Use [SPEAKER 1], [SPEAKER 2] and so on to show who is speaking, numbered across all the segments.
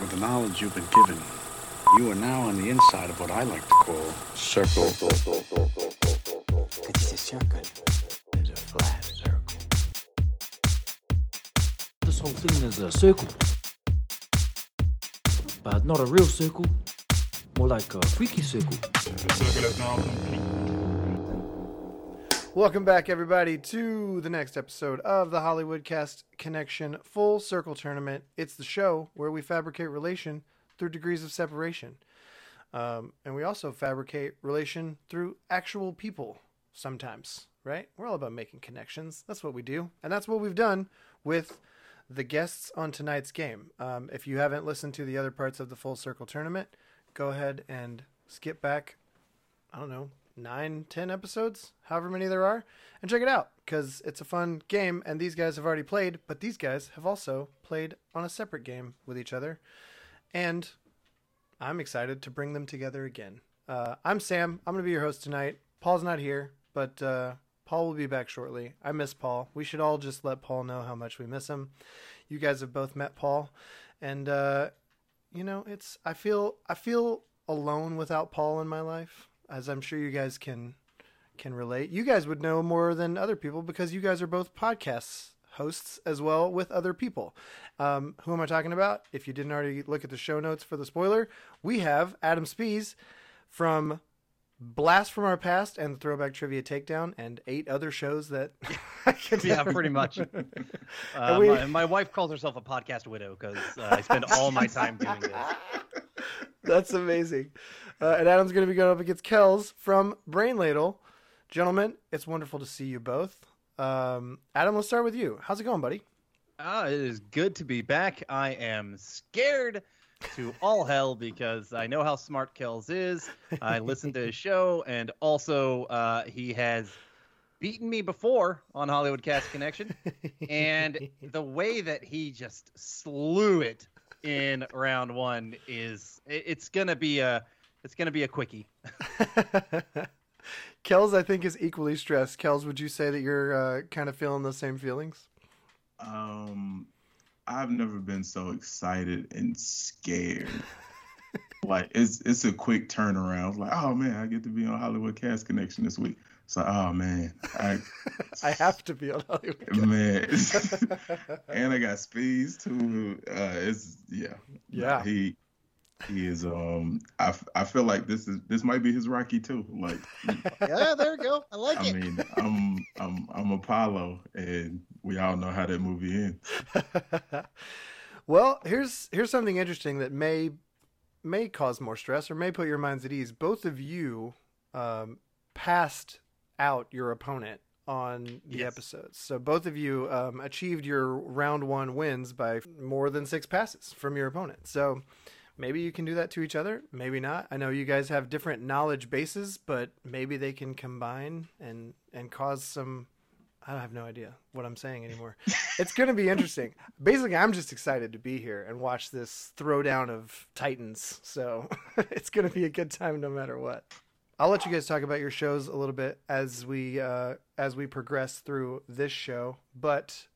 [SPEAKER 1] With the knowledge you've been given, you are now on the inside of what I like to call circle.
[SPEAKER 2] It's a circle. It's a flat circle.
[SPEAKER 3] This whole thing is a circle. But not a real circle, more like a freaky circle.
[SPEAKER 4] Welcome back, everybody, to the next episode of the Hollywood Cast Connection Full Circle Tournament. It's the show where we fabricate relation through degrees of separation. Um, and we also fabricate relation through actual people sometimes, right? We're all about making connections. That's what we do. And that's what we've done with the guests on tonight's game. Um, if you haven't listened to the other parts of the Full Circle Tournament, go ahead and skip back I don't know, nine, ten episodes, however many there are, and check it out because it's a fun game. And these guys have already played, but these guys have also played on a separate game with each other, and I'm excited to bring them together again. Uh, I'm Sam. I'm gonna be your host tonight. Paul's not here, but uh, Paul will be back shortly. I miss Paul. We should all just let Paul know how much we miss him. You guys have both met Paul, and uh, you know it's i feel i feel alone without paul in my life as i'm sure you guys can can relate you guys would know more than other people because you guys are both podcasts hosts as well with other people um, who am i talking about if you didn't already look at the show notes for the spoiler we have adam spees from blast from our past and throwback trivia takedown and eight other shows that i can
[SPEAKER 5] yeah, pretty much. Uh,
[SPEAKER 4] we-
[SPEAKER 5] my, my wife calls herself a podcast widow because uh, I spend all my time doing this.
[SPEAKER 4] That's amazing. Uh, and Adam's going to be going up against Kells from Brain Ladle. Gentlemen, it's wonderful to see you both. Um, Adam, let's start with you. How's it going, buddy?
[SPEAKER 5] Ah, it is good to be back. I am scared to all hell because I know how smart Kells is. I listened to his show, and also uh, he has beaten me before on Hollywood Cast Connection. and the way that he just slew it in round one is it- it's gonna be a it's gonna be a quickie.
[SPEAKER 4] Kells, I think, is equally stressed. Kells, would you say that you're uh, kind of feeling those same feelings?
[SPEAKER 6] Um, I've never been so excited and scared. like it's it's a quick turnaround. It's like, oh man, I get to be on Hollywood Cast Connection this week. It's like, oh man, I
[SPEAKER 4] I have to be on Hollywood.
[SPEAKER 6] man, and I got speeds too. Uh, it's yeah,
[SPEAKER 4] Yeah.
[SPEAKER 6] He he is um. I, f- I feel like this is this might be his Rocky too. Like
[SPEAKER 5] Yeah, there you go. I like
[SPEAKER 6] I mean, I'm I'm I'm Apollo, and we all know how that movie ends.
[SPEAKER 4] well, here's here's something interesting that may may cause more stress or may put your minds at ease. Both of you um, passed out your opponent on the
[SPEAKER 5] Yes.
[SPEAKER 4] episodes, so both of you um, achieved your round one wins by more than six passes from your opponent. So maybe you can do that to each other, maybe not. I know you guys have different knowledge bases, but maybe they can combine and and cause some I have no idea what I'm saying anymore. it's going to be interesting. Basically, I'm just excited to be here and watch this throwdown of Titans. So it's going to be a good time no matter what. I'll let you guys talk about your shows a little bit as we uh, as we progress through this show. But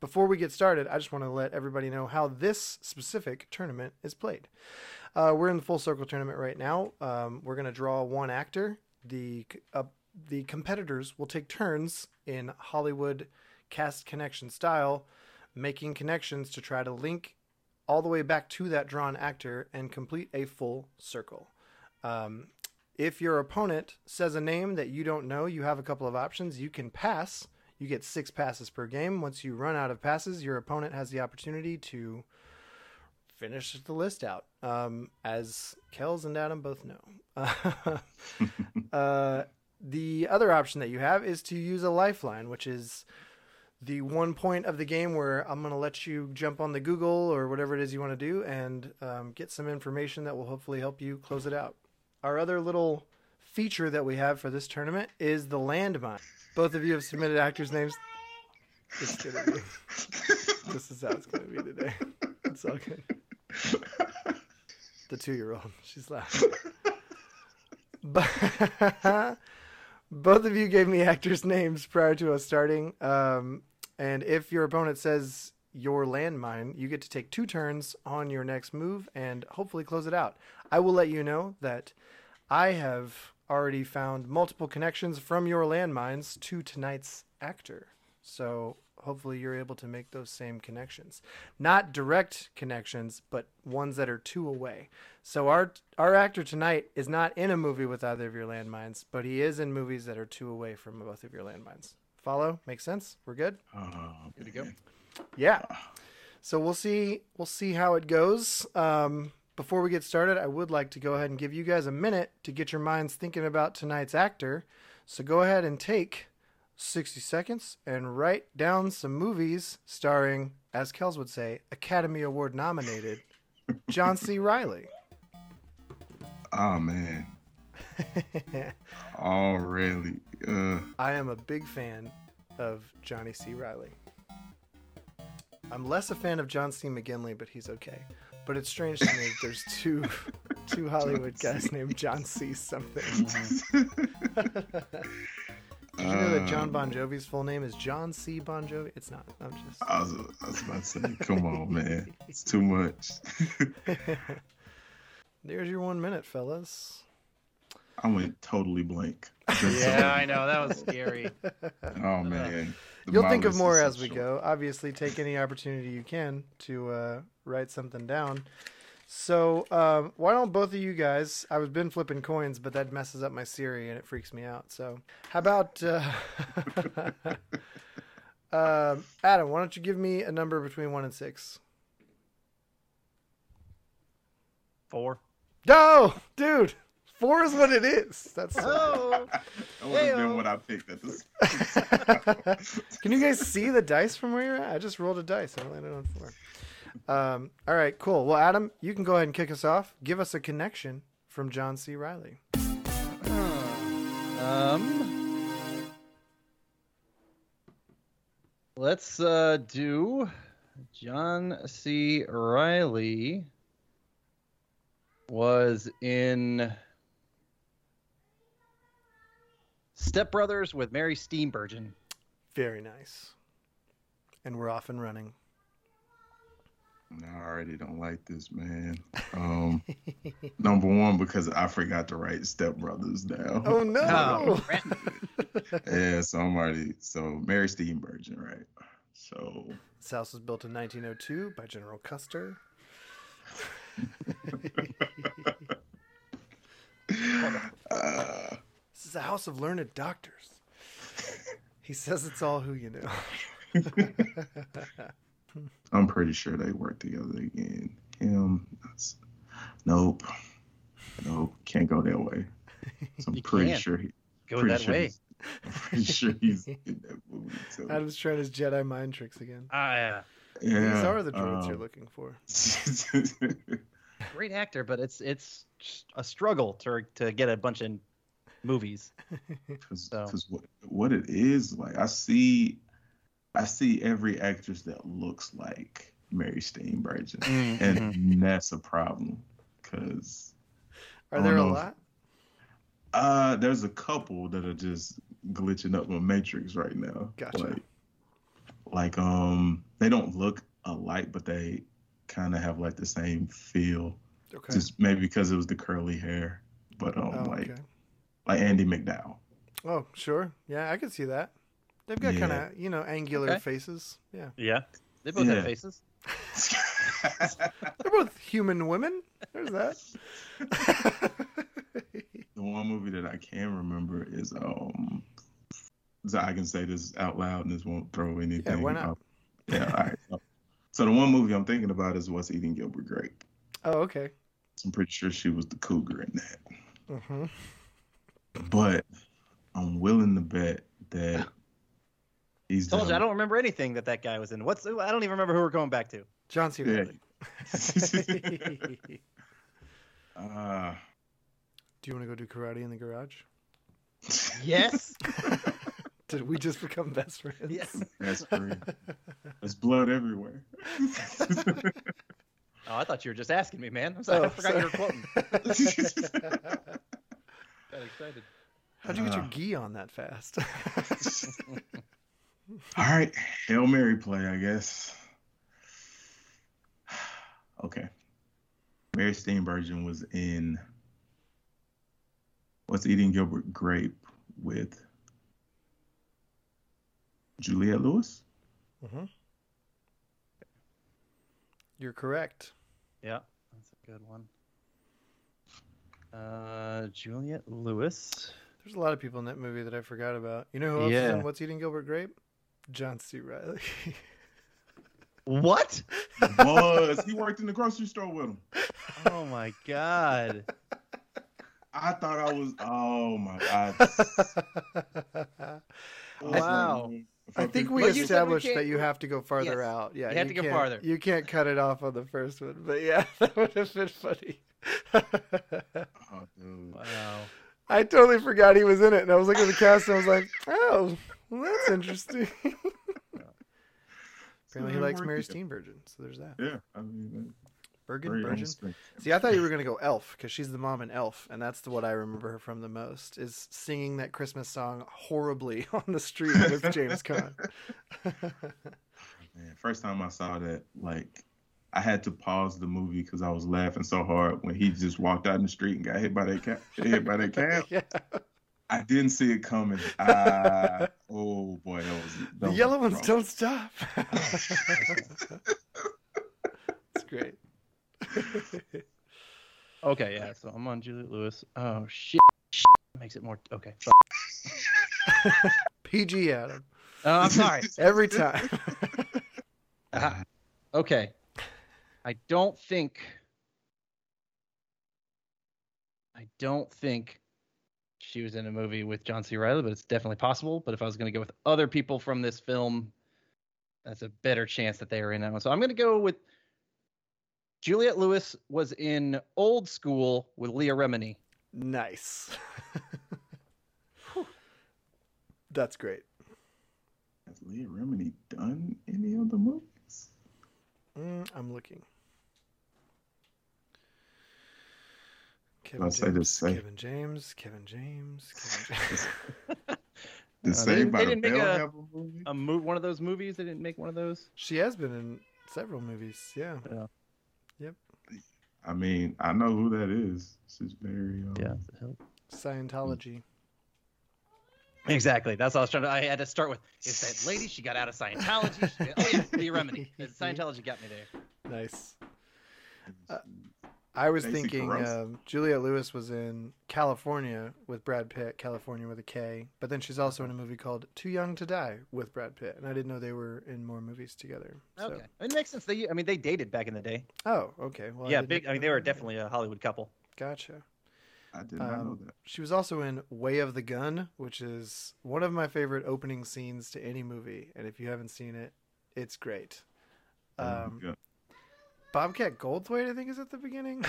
[SPEAKER 4] before we get started, I just want to let everybody know how this specific tournament is played. Uh, we're in the full circle tournament right now. Um, we're going to draw one actor. The c- uh, the competitors will take turns in Hollywood cast connection style, making connections to try to link all the way back to that drawn actor and complete a full circle. Um, if your opponent says a name that you don't know, you have a couple of options. You can pass. You get six passes per game. Once you run out of passes, your opponent has the opportunity to finish the list out, um, as Kells and Adam both know. uh, the other option that you have is to use a lifeline, which is the one point of the game where I'm going to let you jump on the Google or whatever it is you want to do and um, get some information that will hopefully help you close it out. Our other little feature that we have for this tournament is the landmine. Both of you have submitted actors' names. It's gonna be, this is how it's going to be today. It's all good. The two year old, she's laughing. But both of you gave me actors' names prior to us starting. Um, and if your opponent says your landmine, you get to take two turns on your next move and hopefully close it out. I will let you know that I have already found multiple connections from your landmines to tonight's actor. So hopefully you're able to make those same connections. Not direct connections, but ones that are two away. So our our actor tonight is not in a movie with either of your landmines, but he is in movies that are two away from both of your landmines. Follow? Make sense? We're good?
[SPEAKER 6] Oh,
[SPEAKER 5] Good to go.
[SPEAKER 6] man.
[SPEAKER 4] Yeah. So we'll see. We'll see how it goes. Um, before we get started, I would like to go ahead and give you guys a minute to get your minds thinking about tonight's actor. So go ahead and take 60 seconds and write down some movies starring, as Kels would say, Academy Award nominated John C. Riley.
[SPEAKER 6] Oh man. Already. Uh,
[SPEAKER 4] I am a big fan of Johnny C. Riley. I'm less a fan of John C. McGinley, but he's okay. But it's strange to me that there's two two Hollywood
[SPEAKER 6] John
[SPEAKER 4] guys
[SPEAKER 6] C.
[SPEAKER 4] named John C. something. Did you know that John
[SPEAKER 6] Um,
[SPEAKER 4] Bon Jovi's full name is John C. Bon Jovi? It's not. I'm just.
[SPEAKER 6] I was, I was about to say, come on, man. It's too much.
[SPEAKER 4] There's your one minute, fellas.
[SPEAKER 6] I went totally blank.
[SPEAKER 5] Yeah, I know that was scary.
[SPEAKER 6] Oh man.
[SPEAKER 4] You'll think of
[SPEAKER 6] My
[SPEAKER 4] more
[SPEAKER 6] list is
[SPEAKER 4] as we
[SPEAKER 6] short.
[SPEAKER 4] go. Obviously, take any opportunity you can to uh, write something down. So, um, why don't both of you guys? I was been flipping coins, but that messes up my Siri and it freaks me out. So, how about uh, um, Adam? Why don't you give me a number between one and six?
[SPEAKER 5] Four.
[SPEAKER 4] No, dude, four is what it is. That's so
[SPEAKER 5] Oh,
[SPEAKER 6] That would
[SPEAKER 5] Heyo.
[SPEAKER 6] have been what I picked at this.
[SPEAKER 4] Can you guys see the dice from where you're at? I just rolled a dice. I landed on four. Um, all right, cool. Well, Adam, you can go ahead and kick us off. Give us a connection from John C. Riley.
[SPEAKER 5] um, let's uh, do John C. Riley was in Step Brothers with Mary Steenburgen.
[SPEAKER 4] Very nice. And we're off and running.
[SPEAKER 6] I already don't like this, man. Um, number one because I forgot to write Step Brothers down.
[SPEAKER 4] Oh no!
[SPEAKER 5] Oh.
[SPEAKER 6] Yeah, so I'm already so Mary Steenburgen, right? So
[SPEAKER 4] This house was built in 1902 by General Custer.
[SPEAKER 6] uh,
[SPEAKER 4] This is a house of learned doctors. He says it's all who you know.
[SPEAKER 6] I'm pretty sure they work together again. Him, that's, nope, nope, can't go that way. So I'm
[SPEAKER 5] You
[SPEAKER 6] pretty
[SPEAKER 5] can't.
[SPEAKER 6] sure he.
[SPEAKER 5] Go
[SPEAKER 6] pretty
[SPEAKER 5] that
[SPEAKER 6] sure
[SPEAKER 5] way.
[SPEAKER 6] he's- I'm pretty sure he's in that movie too.
[SPEAKER 4] Adam's trying his Jedi mind tricks again.
[SPEAKER 5] Ah, yeah.
[SPEAKER 6] Yeah,
[SPEAKER 4] These are the droids you're
[SPEAKER 6] um,
[SPEAKER 4] looking for.
[SPEAKER 5] great actor, but it's it's just a struggle to to get a bunch of movies.
[SPEAKER 6] Because
[SPEAKER 5] So.
[SPEAKER 6] what, what it is like, I see, I see every actress that looks like Mary Steenburgen,
[SPEAKER 5] Mm-hmm.
[SPEAKER 6] and that's a problem. Because I
[SPEAKER 4] Are
[SPEAKER 6] don't
[SPEAKER 4] there a
[SPEAKER 6] know if-
[SPEAKER 4] lot?
[SPEAKER 6] uh, there's a couple that are just glitching up on Matrix right now.
[SPEAKER 4] Gotcha.
[SPEAKER 6] Like, like um, they don't look alike, but they kind of have like the same feel.
[SPEAKER 4] Okay.
[SPEAKER 6] Just maybe because it was the curly hair, but um,
[SPEAKER 4] Oh,
[SPEAKER 6] like
[SPEAKER 4] okay.
[SPEAKER 6] like Andy McDowell.
[SPEAKER 4] Oh, sure. Yeah, I could see that. They've got
[SPEAKER 6] Yeah.
[SPEAKER 4] kind of, you know, angular
[SPEAKER 5] Okay.
[SPEAKER 4] faces. Yeah.
[SPEAKER 5] Yeah, they both
[SPEAKER 6] Yeah.
[SPEAKER 5] have faces.
[SPEAKER 4] They're both human women. There's that.
[SPEAKER 6] The one movie that I can remember is um. So I can say this out loud and this won't throw anything.
[SPEAKER 4] why not?
[SPEAKER 6] off. Yeah, all right. So, so the one movie I'm thinking about is What's Eating Gilbert Grape.
[SPEAKER 4] oh, okay.
[SPEAKER 6] I'm pretty sure she was the cougar in that.
[SPEAKER 4] hmm
[SPEAKER 6] But I'm willing to bet that he's.
[SPEAKER 5] Told you,
[SPEAKER 6] done-
[SPEAKER 5] I don't remember anything that that guy was in. What's I don't even remember who we're going back to.
[SPEAKER 4] John C.
[SPEAKER 6] Yeah.
[SPEAKER 4] Reilly. do
[SPEAKER 6] Uh,
[SPEAKER 4] you want to go do karate in the garage?
[SPEAKER 5] Yes.
[SPEAKER 4] Did we just become best friends?
[SPEAKER 5] yes.
[SPEAKER 6] that's free. There's blood everywhere.
[SPEAKER 5] Oh, I thought you were just asking me, man. I'm sorry,
[SPEAKER 4] Oh,
[SPEAKER 5] I forgot you were quoting. Got excited.
[SPEAKER 4] How'd you get your
[SPEAKER 6] Ah.
[SPEAKER 4] gi on that fast?
[SPEAKER 6] All right, Hail Mary play, I guess. Okay. Mary Steenburgen was in What's Eating Gilbert Grape with Juliette Lewis?
[SPEAKER 4] Mm-hmm. You're correct.
[SPEAKER 5] Yeah, that's a good one. Uh, Juliet Lewis.
[SPEAKER 4] There's a lot of people in that movie that I forgot about. You know who else is
[SPEAKER 5] Yeah.
[SPEAKER 4] in What's Eating Gilbert Grape? John C. Riley.
[SPEAKER 5] What?
[SPEAKER 6] Was he worked in the grocery store with him?
[SPEAKER 5] Oh my god.
[SPEAKER 6] I thought I was. Oh my god!
[SPEAKER 5] Wow.
[SPEAKER 4] I think we
[SPEAKER 5] Well, you said we
[SPEAKER 4] established
[SPEAKER 5] can't-
[SPEAKER 4] that you have to go farther
[SPEAKER 5] Yes.
[SPEAKER 4] out. Yeah,
[SPEAKER 5] You have to go
[SPEAKER 4] can't-
[SPEAKER 5] farther.
[SPEAKER 4] You can't cut it off on the first one, but yeah, that would have been funny.
[SPEAKER 6] Oh, dude.
[SPEAKER 5] Wow.
[SPEAKER 4] I totally forgot he was in it, and I was looking at the cast, and I was like, "Oh, well, that's interesting." Apparently, he likes Mary Steenburgen, so there's that.
[SPEAKER 6] Yeah, I mean,
[SPEAKER 4] Bergen,
[SPEAKER 6] very
[SPEAKER 4] Bergen.
[SPEAKER 6] interesting.
[SPEAKER 4] See, I thought you were gonna go Elf because she's the mom in Elf, and that's the what I remember her from the most is singing that Christmas song horribly on the street with James Caan.
[SPEAKER 6] Man, first time I saw that, like, I had to pause the movie because I was laughing so hard when he just walked out in the street and got hit by that cab. hit by that cab.
[SPEAKER 4] yeah.
[SPEAKER 6] I didn't see it coming. Uh, oh boy, that was that
[SPEAKER 4] The
[SPEAKER 6] was
[SPEAKER 4] yellow ones
[SPEAKER 6] rough.
[SPEAKER 4] don't stop. it's great.
[SPEAKER 5] Okay, yeah. So I'm on Juliet Lewis. Oh shit. Shit. Makes it more. Okay. fuck.
[SPEAKER 4] PG Adam
[SPEAKER 5] Oh, I'm sorry.
[SPEAKER 4] every time.
[SPEAKER 5] Ah, okay. I don't think. I don't think she was in a movie with John C. Riley, but it's definitely possible. But if I was going to go with other people from this film, that's a better chance that they were in that one. So I'm going to go with Juliet Lewis was in Old School with Leah Remini.
[SPEAKER 4] nice. That's great.
[SPEAKER 6] Has Leah Remini done any other movies?
[SPEAKER 4] Mm, I'm looking. Kevin
[SPEAKER 6] I'll say
[SPEAKER 4] James,
[SPEAKER 6] the same.
[SPEAKER 4] Kevin James, Kevin James, Kevin James.
[SPEAKER 6] Did
[SPEAKER 5] Uh, they
[SPEAKER 6] Saved
[SPEAKER 5] didn't-
[SPEAKER 6] by
[SPEAKER 5] they
[SPEAKER 6] the
[SPEAKER 5] didn't make
[SPEAKER 6] Bell
[SPEAKER 5] a-
[SPEAKER 6] have a movie?
[SPEAKER 5] A mo- one of those movies. They didn't make one of those.
[SPEAKER 4] she has been in several movies. Yeah.
[SPEAKER 6] I mean, I know who that is. She's very. Um,
[SPEAKER 5] Yeah.
[SPEAKER 4] Scientology.
[SPEAKER 5] Exactly. That's what I was trying to. I had to start with. It's that lady. She got out of Scientology. She, oh yeah, Leah Remini. Scientology got me there.
[SPEAKER 4] Nice. Uh, I was
[SPEAKER 6] Stacey
[SPEAKER 4] thinking
[SPEAKER 6] Gross.
[SPEAKER 4] um, Julia Lewis was in California with Brad Pitt, California with a K, but then she's also in a movie called Too Young to Die with Brad Pitt, and I didn't know they were in more movies together. So.
[SPEAKER 5] Okay, it makes sense. They, I mean, they dated back in the day.
[SPEAKER 4] Oh, okay. Well,
[SPEAKER 5] yeah,
[SPEAKER 4] didn't
[SPEAKER 5] big. I mean,
[SPEAKER 4] know
[SPEAKER 5] they were
[SPEAKER 4] that. Yeah.
[SPEAKER 5] definitely a Hollywood couple.
[SPEAKER 4] Gotcha.
[SPEAKER 6] I did not know
[SPEAKER 4] Um,
[SPEAKER 6] that.
[SPEAKER 4] She was also in Way of the Gun, which is one of my favorite opening scenes to any movie, and if you haven't seen it, it's great. Um,
[SPEAKER 6] yeah.
[SPEAKER 4] Bobcat Goldthwait, I think, is at the beginning.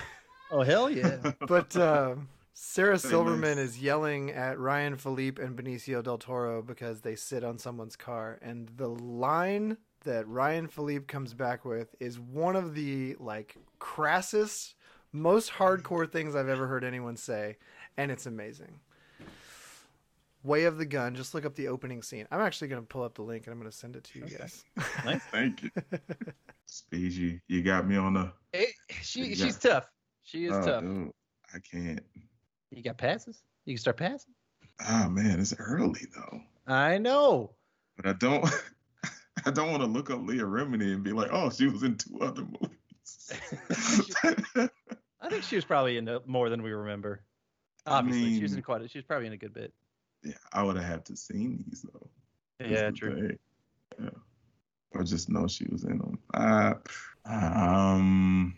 [SPEAKER 5] Oh hell yeah!
[SPEAKER 4] but um, Sarah
[SPEAKER 6] Very
[SPEAKER 4] Silverman
[SPEAKER 6] nice.
[SPEAKER 4] is yelling at Ryan Philippe and Benicio del Toro because they sit on someone's car, and the line that Ryan Philippe comes back with is one of the like crassest, most hardcore things I've ever heard anyone say, and it's amazing. Way of the Gun. Just look up the opening scene. I'm actually going to pull up the link and I'm going to send it to you guys.
[SPEAKER 6] Thank you. Speedy, you got me on the.
[SPEAKER 5] It- she
[SPEAKER 6] Yeah.
[SPEAKER 5] she's tough. She is
[SPEAKER 6] oh,
[SPEAKER 5] tough.
[SPEAKER 6] dude, I can't.
[SPEAKER 5] You got passes. You can start passing.
[SPEAKER 6] Ah, man, it's early though.
[SPEAKER 5] I know.
[SPEAKER 6] But I don't. I don't want to look up Leah Remini and be like, oh, she was in two other movies.
[SPEAKER 5] I think she was probably in more than we remember. Obviously, she was
[SPEAKER 6] mean-
[SPEAKER 5] in quite. A, she was probably in a good bit.
[SPEAKER 6] yeah, I would have had to seen these though. That's
[SPEAKER 5] Yeah,
[SPEAKER 6] the
[SPEAKER 5] true.
[SPEAKER 6] thing. Yeah. Or just know she was in them. Uh, um,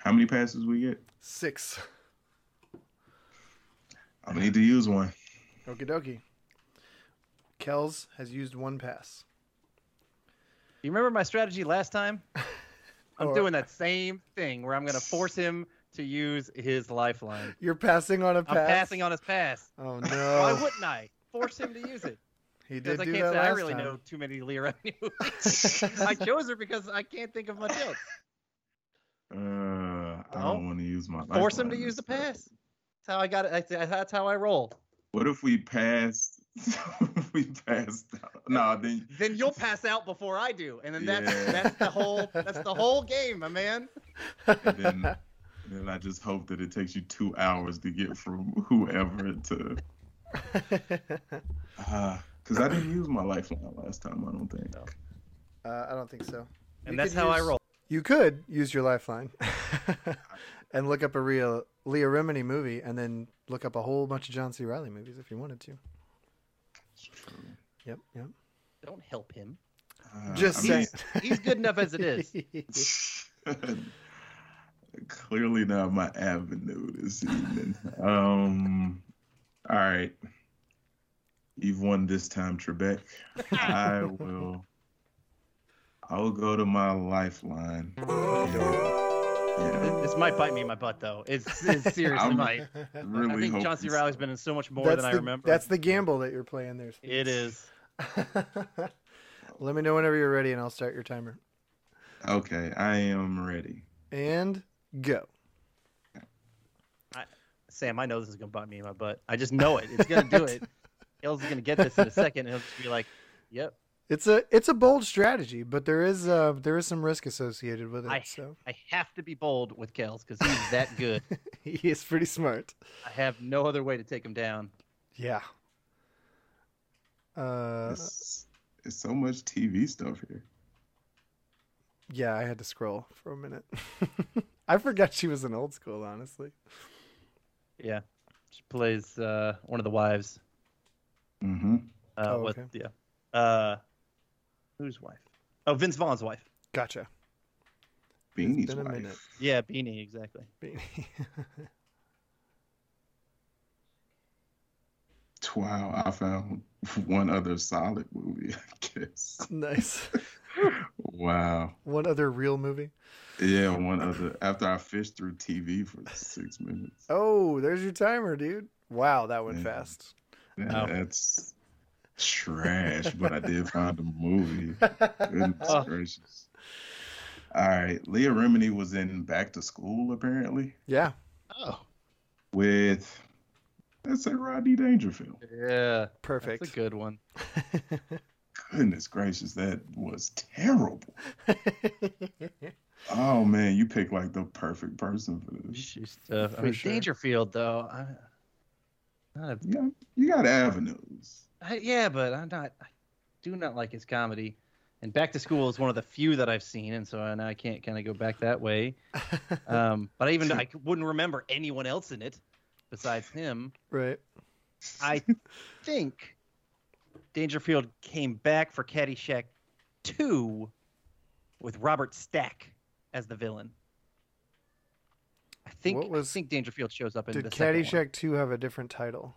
[SPEAKER 6] how many passes we get?
[SPEAKER 4] Six.
[SPEAKER 6] I'm gonna need to use one.
[SPEAKER 4] Okie dokie. Kells has used one pass.
[SPEAKER 5] You remember my strategy last time? I'm
[SPEAKER 4] Or-
[SPEAKER 5] doing that same thing where I'm going to force him to use his lifeline.
[SPEAKER 4] You're passing on a pass.
[SPEAKER 5] I'm passing on his pass.
[SPEAKER 4] Oh
[SPEAKER 5] Why
[SPEAKER 4] no!
[SPEAKER 5] wouldn't I? Force him to use it.
[SPEAKER 4] he did
[SPEAKER 5] Because I
[SPEAKER 4] do
[SPEAKER 5] can't
[SPEAKER 4] that
[SPEAKER 5] say I
[SPEAKER 4] last
[SPEAKER 5] really
[SPEAKER 4] time.
[SPEAKER 5] know too many Leah Remini movies. I chose her because I can't think of much else.
[SPEAKER 6] Uh, I
[SPEAKER 5] No.
[SPEAKER 6] don't want to use my.
[SPEAKER 5] Force him to
[SPEAKER 6] lifeline.
[SPEAKER 5] use the pass. That's how I got it. That's, that's how I roll.
[SPEAKER 6] What if we pass? we passed out. No, then
[SPEAKER 5] Then you'll pass out before I do, and then that's
[SPEAKER 6] Yeah.
[SPEAKER 5] that's the whole that's the whole game, my man.
[SPEAKER 6] then then I just hope that it takes you two hours to get from whoever to because I didn't use my lifeline last time. I don't think.
[SPEAKER 4] Uh, I don't think so.
[SPEAKER 5] And
[SPEAKER 4] You
[SPEAKER 5] that's
[SPEAKER 4] could
[SPEAKER 5] how I
[SPEAKER 4] use-
[SPEAKER 5] roll.
[SPEAKER 4] You could use your lifeline and look up a real Leah Remini movie, and then look up a whole bunch of John C. Riley movies if you wanted to.
[SPEAKER 6] It's true.
[SPEAKER 4] Yep, yep.
[SPEAKER 5] Don't help him.
[SPEAKER 6] Uh,
[SPEAKER 4] Just
[SPEAKER 6] I mean,
[SPEAKER 5] He's good enough as it is.
[SPEAKER 6] Clearly not my avenue this evening. um, all right, you've won this time, Trebek. I will. I will go to my lifeline. Yeah,
[SPEAKER 5] This this might bite me in my butt, though. It's, it's seriously
[SPEAKER 6] I'm
[SPEAKER 5] might.
[SPEAKER 6] really.
[SPEAKER 5] I think
[SPEAKER 6] hope
[SPEAKER 5] John C.
[SPEAKER 6] this-
[SPEAKER 5] Riley's been in so much more
[SPEAKER 4] that's
[SPEAKER 5] than I
[SPEAKER 4] the,
[SPEAKER 5] remember.
[SPEAKER 4] That's the gamble that you're playing there. Steve.
[SPEAKER 5] It is.
[SPEAKER 4] Let me know whenever you're ready, and I'll start your timer.
[SPEAKER 6] Okay, I am ready.
[SPEAKER 4] And go.
[SPEAKER 5] Sam, I know this is gonna bite me in my butt. I just know it. It's gonna do it. Hill's gonna get this in a second, and he'll just be like, "Yep,
[SPEAKER 4] It's a it's a bold strategy, but there is uh there is some risk associated with it.
[SPEAKER 5] I-
[SPEAKER 4] So
[SPEAKER 5] I have to be bold with Kels because he's that good.
[SPEAKER 4] he is pretty smart.
[SPEAKER 5] I have no other way to take him down."
[SPEAKER 4] Yeah. Uh,
[SPEAKER 6] It's, it's so much TV stuff here.
[SPEAKER 4] yeah, I had to scroll for a minute. I forgot she was in old school, honestly.
[SPEAKER 5] Yeah, she plays uh, one of the wives.
[SPEAKER 6] Mm-hmm.
[SPEAKER 5] Uh,
[SPEAKER 4] Oh,
[SPEAKER 5] with,
[SPEAKER 4] okay.
[SPEAKER 5] Yeah. Uh, whose wife? Oh, Vince Vaughn's wife.
[SPEAKER 4] Gotcha.
[SPEAKER 6] Beanie's
[SPEAKER 4] been a
[SPEAKER 6] wife.
[SPEAKER 4] minute.
[SPEAKER 5] Yeah, Beanie, exactly.
[SPEAKER 6] Wow, I found one other solid movie, I guess.
[SPEAKER 4] nice.
[SPEAKER 6] Wow.
[SPEAKER 4] One other real movie.
[SPEAKER 6] Yeah, one other. After I fished through TV for six minutes.
[SPEAKER 4] Oh, there's your timer, dude. Wow, that went
[SPEAKER 6] Yeah.
[SPEAKER 4] fast.
[SPEAKER 6] Yeah,
[SPEAKER 5] Oh.
[SPEAKER 6] That's trash, but I did find a movie. Goodness
[SPEAKER 5] Oh.
[SPEAKER 6] gracious. All right. Leah Remini was in Back to School, apparently,
[SPEAKER 4] Yeah.
[SPEAKER 5] Oh,
[SPEAKER 6] with, let's say, Rodney Dangerfield.
[SPEAKER 5] yeah.
[SPEAKER 4] Perfect.
[SPEAKER 5] That's a good one.
[SPEAKER 6] Goodness gracious, that was terrible. Oh, man, you picked like the perfect person for this.
[SPEAKER 5] She's tough. I
[SPEAKER 4] For
[SPEAKER 5] mean,
[SPEAKER 4] sure.
[SPEAKER 5] Dangerfield, though. I, not a,
[SPEAKER 6] You got, you got avenues.
[SPEAKER 5] I, yeah, but I'm not. I do not like his comedy. And Back to School is one of the few that I've seen, and so I, now I can't kind of go back that way. Um, but I even I wouldn't remember anyone else in it besides him.
[SPEAKER 4] right.
[SPEAKER 5] I think Dangerfield came back for Caddyshack 2 with Robert Stack as the villain. I think
[SPEAKER 4] What was-
[SPEAKER 5] I think Dangerfield shows up in
[SPEAKER 4] Did
[SPEAKER 5] the second one.
[SPEAKER 4] Caddyshack 2 have a different title?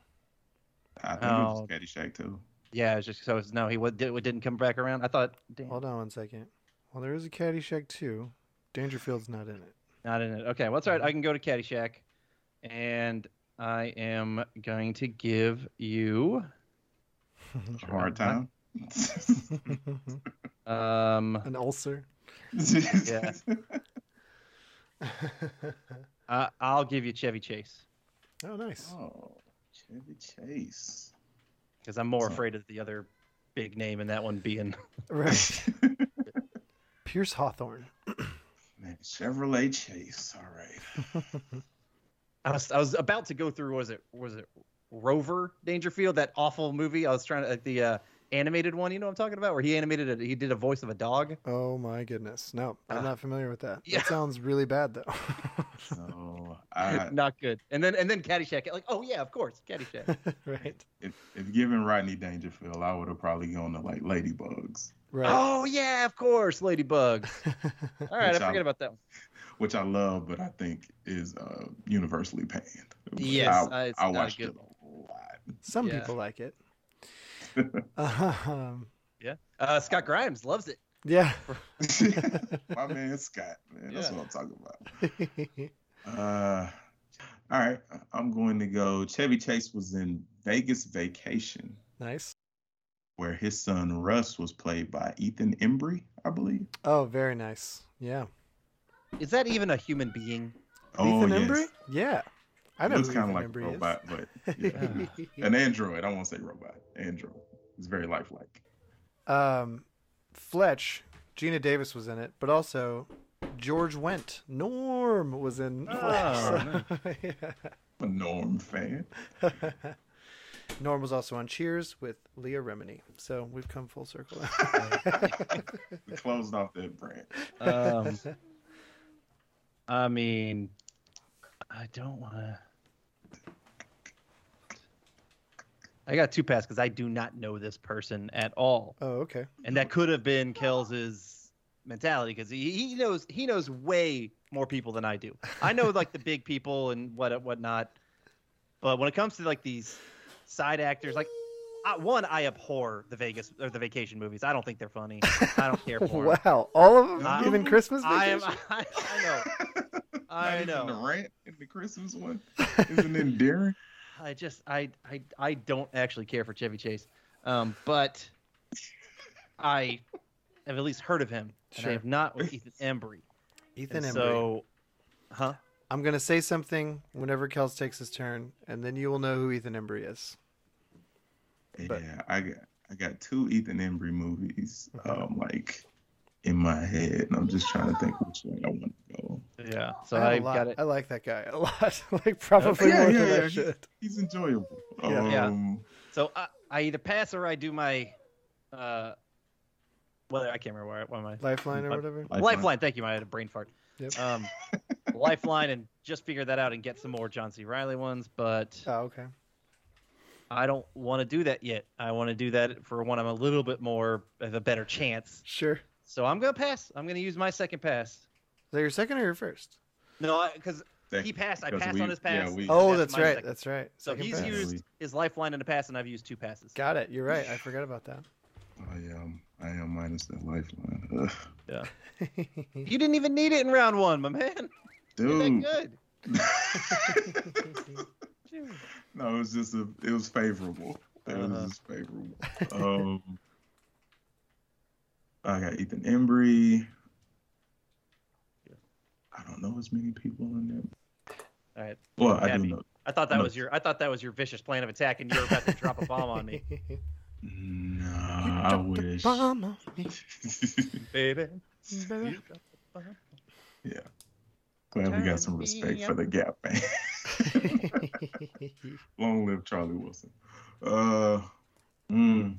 [SPEAKER 6] I think
[SPEAKER 5] Oh.
[SPEAKER 6] it was Caddyshack too.
[SPEAKER 5] Yeah, it was just so it's, no, he wa- did, it didn't come back around. I thought damn,
[SPEAKER 4] Hold on one second. Well, there is a Caddyshack 2. Dangerfield's not in it.
[SPEAKER 5] not in it. Okay, well that's all right. I can go to Caddyshack, and I am going to give you
[SPEAKER 6] Hard time.
[SPEAKER 5] um
[SPEAKER 4] An ulcer.
[SPEAKER 5] Yeah. I, I'll give you Chevy Chase
[SPEAKER 4] Oh, nice.
[SPEAKER 6] Oh, Chevy Chase.
[SPEAKER 5] because I'm more
[SPEAKER 6] So-
[SPEAKER 5] afraid of the other big name and that one being
[SPEAKER 4] Right. Pierce Hawthorne.
[SPEAKER 6] Man, Chevrolet Chase. All right.
[SPEAKER 5] I was I was about to go through was it was it Rover Dangerfield that awful movie I was trying to like the uh, animated one you know what I'm talking about where he animated it he did a voice of a dog
[SPEAKER 4] Oh my goodness. No,
[SPEAKER 5] Uh,
[SPEAKER 4] I'm not familiar with that.
[SPEAKER 5] yeah.
[SPEAKER 4] That sounds really bad though.
[SPEAKER 6] So, I,
[SPEAKER 5] not good and then and then Caddyshack like oh yeah of course Caddyshack
[SPEAKER 4] right.
[SPEAKER 6] if, if given Rodney Dangerfield, I would have probably gone to like Ladybugs,
[SPEAKER 4] Right.
[SPEAKER 5] oh yeah of course Ladybugs all right I
[SPEAKER 6] Good job.
[SPEAKER 5] forget about that one
[SPEAKER 6] which I love, but I think is uh, universally panned. But
[SPEAKER 5] Yes, uh,
[SPEAKER 6] I,
[SPEAKER 5] it's
[SPEAKER 6] I
[SPEAKER 5] not a
[SPEAKER 6] watched
[SPEAKER 5] good
[SPEAKER 6] it a lot.
[SPEAKER 4] Some
[SPEAKER 5] yeah.
[SPEAKER 4] people like it. um,
[SPEAKER 5] uh, Scott Grimes loves it
[SPEAKER 4] yeah.
[SPEAKER 6] My man Scott, man. That's
[SPEAKER 5] Yeah.
[SPEAKER 6] what I'm talking about. Uh, all right, I'm going to go. Chevy Chase was in Vegas Vacation,
[SPEAKER 4] nice.
[SPEAKER 6] where his son Russ was played by Ethan Embry, I believe.
[SPEAKER 4] Oh, very nice. Yeah.
[SPEAKER 5] is that even a human being
[SPEAKER 6] oh,
[SPEAKER 4] Ethan
[SPEAKER 6] yes.
[SPEAKER 4] Embry? Yeah. I know
[SPEAKER 6] looks
[SPEAKER 4] who
[SPEAKER 6] kind of
[SPEAKER 4] Ethan
[SPEAKER 6] like a
[SPEAKER 4] Embry is.
[SPEAKER 6] robot, but yeah. an android. I won't say robot. Android. It's very lifelike.
[SPEAKER 4] Um, Fletch, Gina Davis was in it, but also George Wendt, Norm was in
[SPEAKER 6] Ah,
[SPEAKER 5] Oh,
[SPEAKER 4] Fletch. So,
[SPEAKER 6] I'm a Norm fan.
[SPEAKER 4] yeah. Norm was also on Cheers with Leah Remini. So we've come full circle.
[SPEAKER 6] We closed off that brand.
[SPEAKER 5] Um, I mean, I don't want to. I got two pass because I do not know this person at all,
[SPEAKER 4] oh, okay.
[SPEAKER 5] and that could have been Kells's mentality because he, he knows he knows way more people than I do. I know like the big people and what whatnot, but when it comes to like these side actors, like I, one, I abhor the Vegas or the vacation movies. I don't think they're funny. I don't care for 'em.
[SPEAKER 4] Wow, all of them,
[SPEAKER 5] I'm-
[SPEAKER 4] even Christmas.
[SPEAKER 5] I am.
[SPEAKER 4] Vacation?
[SPEAKER 5] I, I know.
[SPEAKER 6] Not
[SPEAKER 5] I
[SPEAKER 6] even The
[SPEAKER 5] know.
[SPEAKER 6] rant in the Christmas one isn't endearing.
[SPEAKER 5] I just. I. I. I don't actually care for Chevy Chase, um, but I have at least heard of him, and
[SPEAKER 4] Sure.
[SPEAKER 5] I have not with Ethan Embry.
[SPEAKER 4] Ethan
[SPEAKER 5] And
[SPEAKER 4] Embry.
[SPEAKER 5] So, huh?
[SPEAKER 4] I'm gonna say something whenever Kels takes his turn, and then you will know who Ethan Embry is. But-
[SPEAKER 6] yeah, I got I got two Ethan Embry movies
[SPEAKER 4] Mm-hmm.
[SPEAKER 6] um like in my head, and I'm just trying to think which way I want to go.
[SPEAKER 5] Yeah. So
[SPEAKER 4] have a
[SPEAKER 5] I
[SPEAKER 4] lot- Uh,
[SPEAKER 5] got it.
[SPEAKER 4] I like that guy a lot. like probably
[SPEAKER 6] Yeah,
[SPEAKER 4] more
[SPEAKER 6] yeah,
[SPEAKER 4] than I
[SPEAKER 6] yeah.
[SPEAKER 4] should.
[SPEAKER 6] He's enjoyable.
[SPEAKER 4] Yeah.
[SPEAKER 5] Yeah.
[SPEAKER 6] Um,
[SPEAKER 5] So I, I either pass or I do my. Uh, well, I can't remember where. What am I?
[SPEAKER 4] Lifeline or
[SPEAKER 5] But-
[SPEAKER 4] whatever.
[SPEAKER 6] Lifeline.
[SPEAKER 5] Lifeline. Thank you. I had a brain fart.
[SPEAKER 4] Yep.
[SPEAKER 5] Um, Lifeline, and just figure that out and get some more John C. Riley ones, but.
[SPEAKER 4] Oh, okay.
[SPEAKER 5] I don't want to do that yet. I want to do that for one I'm a little bit more have a better chance.
[SPEAKER 4] Sure. Is
[SPEAKER 5] So I'm gonna pass. I'm gonna use my second pass.
[SPEAKER 4] that your second or your first?
[SPEAKER 5] No, because
[SPEAKER 6] Thank-
[SPEAKER 5] he passed. I
[SPEAKER 6] because
[SPEAKER 5] passed
[SPEAKER 6] we-
[SPEAKER 5] on his pass.
[SPEAKER 6] yeah, we-
[SPEAKER 5] so
[SPEAKER 4] Oh, that's,
[SPEAKER 5] my
[SPEAKER 4] right.
[SPEAKER 5] second-
[SPEAKER 4] That's right.
[SPEAKER 5] So
[SPEAKER 4] Second
[SPEAKER 5] he's
[SPEAKER 4] pass.
[SPEAKER 5] used
[SPEAKER 6] We-
[SPEAKER 5] his lifeline in the pass, and I've used two passes.
[SPEAKER 4] Got it. You're right. I forgot about that.
[SPEAKER 6] I am. I am minus that lifeline. Ugh.
[SPEAKER 5] You didn't even need it in round one, my man. You're
[SPEAKER 4] Hmm.
[SPEAKER 6] Dude.
[SPEAKER 5] that good.
[SPEAKER 6] no, it was just a. It was favorable. It
[SPEAKER 5] Uh-huh.
[SPEAKER 6] was just favorable. Um, I got Ethan Embry. I don't know as many people in there.
[SPEAKER 5] All right.
[SPEAKER 6] Well, I do
[SPEAKER 5] Happy.
[SPEAKER 6] know.
[SPEAKER 5] I thought that
[SPEAKER 6] No.
[SPEAKER 5] was your. I thought that was your vicious plan of attack, and you were about to drop a bomb on me,
[SPEAKER 6] Nah, I wish.
[SPEAKER 4] Bomb on me,
[SPEAKER 5] baby.
[SPEAKER 4] baby.
[SPEAKER 6] yeah. Glad we got some respect for the Gap man. Long live Charlie Wilson. Uh, mm,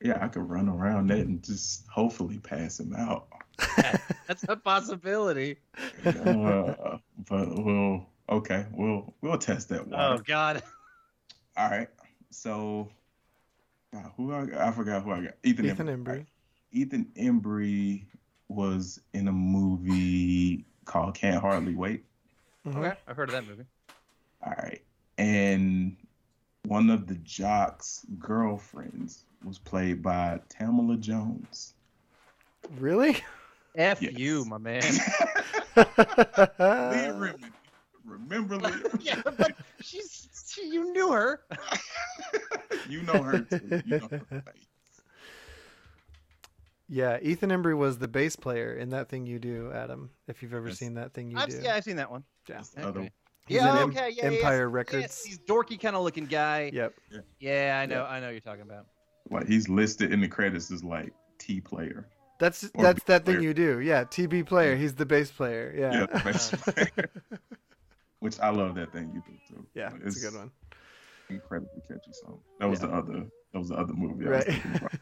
[SPEAKER 6] yeah, I could run around that and just hopefully pass him out.
[SPEAKER 5] That's a possibility.
[SPEAKER 6] Uh, but we'll okay, we'll we'll test that one.
[SPEAKER 5] Oh God.
[SPEAKER 6] All right. So, God, who I, I forgot who I got. Ethan,
[SPEAKER 4] Ethan
[SPEAKER 6] Embry.
[SPEAKER 4] Embry.
[SPEAKER 6] Ethan Embry was in a movie called Can't Hardly Wait.
[SPEAKER 4] Mhm.
[SPEAKER 5] Okay. I've heard of that movie.
[SPEAKER 6] All right. And one of the jock's girlfriends was played by Tamala Jones.
[SPEAKER 4] Really?
[SPEAKER 5] F
[SPEAKER 6] Yes.
[SPEAKER 5] you, my man.
[SPEAKER 4] Uh,
[SPEAKER 6] Lee Remini. Remember Lee?
[SPEAKER 5] yeah, but she's she, you knew her.
[SPEAKER 6] you know her too. You know her face.
[SPEAKER 4] yeah, Ethan Embry was the bass player in that thing you do, Adam. If you've ever
[SPEAKER 6] Yes.
[SPEAKER 4] seen that thing you
[SPEAKER 5] I've,
[SPEAKER 4] do,
[SPEAKER 5] yeah, I've seen that one.
[SPEAKER 4] Yeah.
[SPEAKER 6] That's the other-
[SPEAKER 4] He's
[SPEAKER 5] yeah,
[SPEAKER 4] in Em-
[SPEAKER 5] okay, yeah, yeah,
[SPEAKER 4] Empire
[SPEAKER 5] yes,
[SPEAKER 4] Records.
[SPEAKER 5] Yes, he's dorky kind of looking guy. Yeah,
[SPEAKER 4] Yep.
[SPEAKER 5] I know, I know you're talking about.
[SPEAKER 6] Like he's listed in the credits as like T player.
[SPEAKER 4] That's
[SPEAKER 6] Or
[SPEAKER 4] that's
[SPEAKER 6] bass
[SPEAKER 4] that thing
[SPEAKER 6] player.
[SPEAKER 4] you do. Yeah, TB player. He's the bass player.
[SPEAKER 6] Yeah,
[SPEAKER 4] Yeah. Uh-huh.
[SPEAKER 6] the bass player. Which I love that thing you do too.
[SPEAKER 4] Yeah,
[SPEAKER 6] Like,
[SPEAKER 4] it's a good one.
[SPEAKER 6] Incredibly catchy song. That was
[SPEAKER 4] Yeah.
[SPEAKER 6] the other. That was the other movie. I was
[SPEAKER 4] Right.
[SPEAKER 6] thinking about.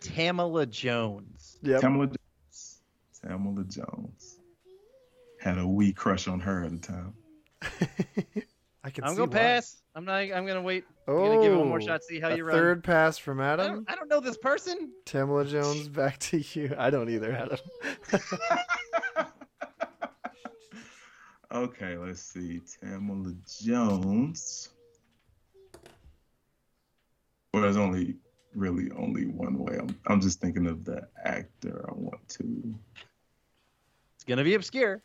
[SPEAKER 5] Tamala Jones.
[SPEAKER 4] yep.
[SPEAKER 6] Tamala Jones. Tamala Jones. Had a wee crush on her at the time.
[SPEAKER 4] I can
[SPEAKER 5] I'm
[SPEAKER 4] see
[SPEAKER 5] gonna
[SPEAKER 4] why.
[SPEAKER 5] pass. I'm not. I'm gonna wait.
[SPEAKER 4] Oh,
[SPEAKER 5] I'm gonna give it one more shot. See how
[SPEAKER 4] a
[SPEAKER 5] you run.
[SPEAKER 4] third pass from
[SPEAKER 5] I
[SPEAKER 4] Adam.
[SPEAKER 5] don't, I don't know this person.
[SPEAKER 4] Tamala Jones, back to you. I don't either, Adam.
[SPEAKER 6] Okay, let's see. Tamala Jones. Well, there's only really only one way. I'm, I'm just thinking of the actor I want to.
[SPEAKER 5] It's gonna be obscure,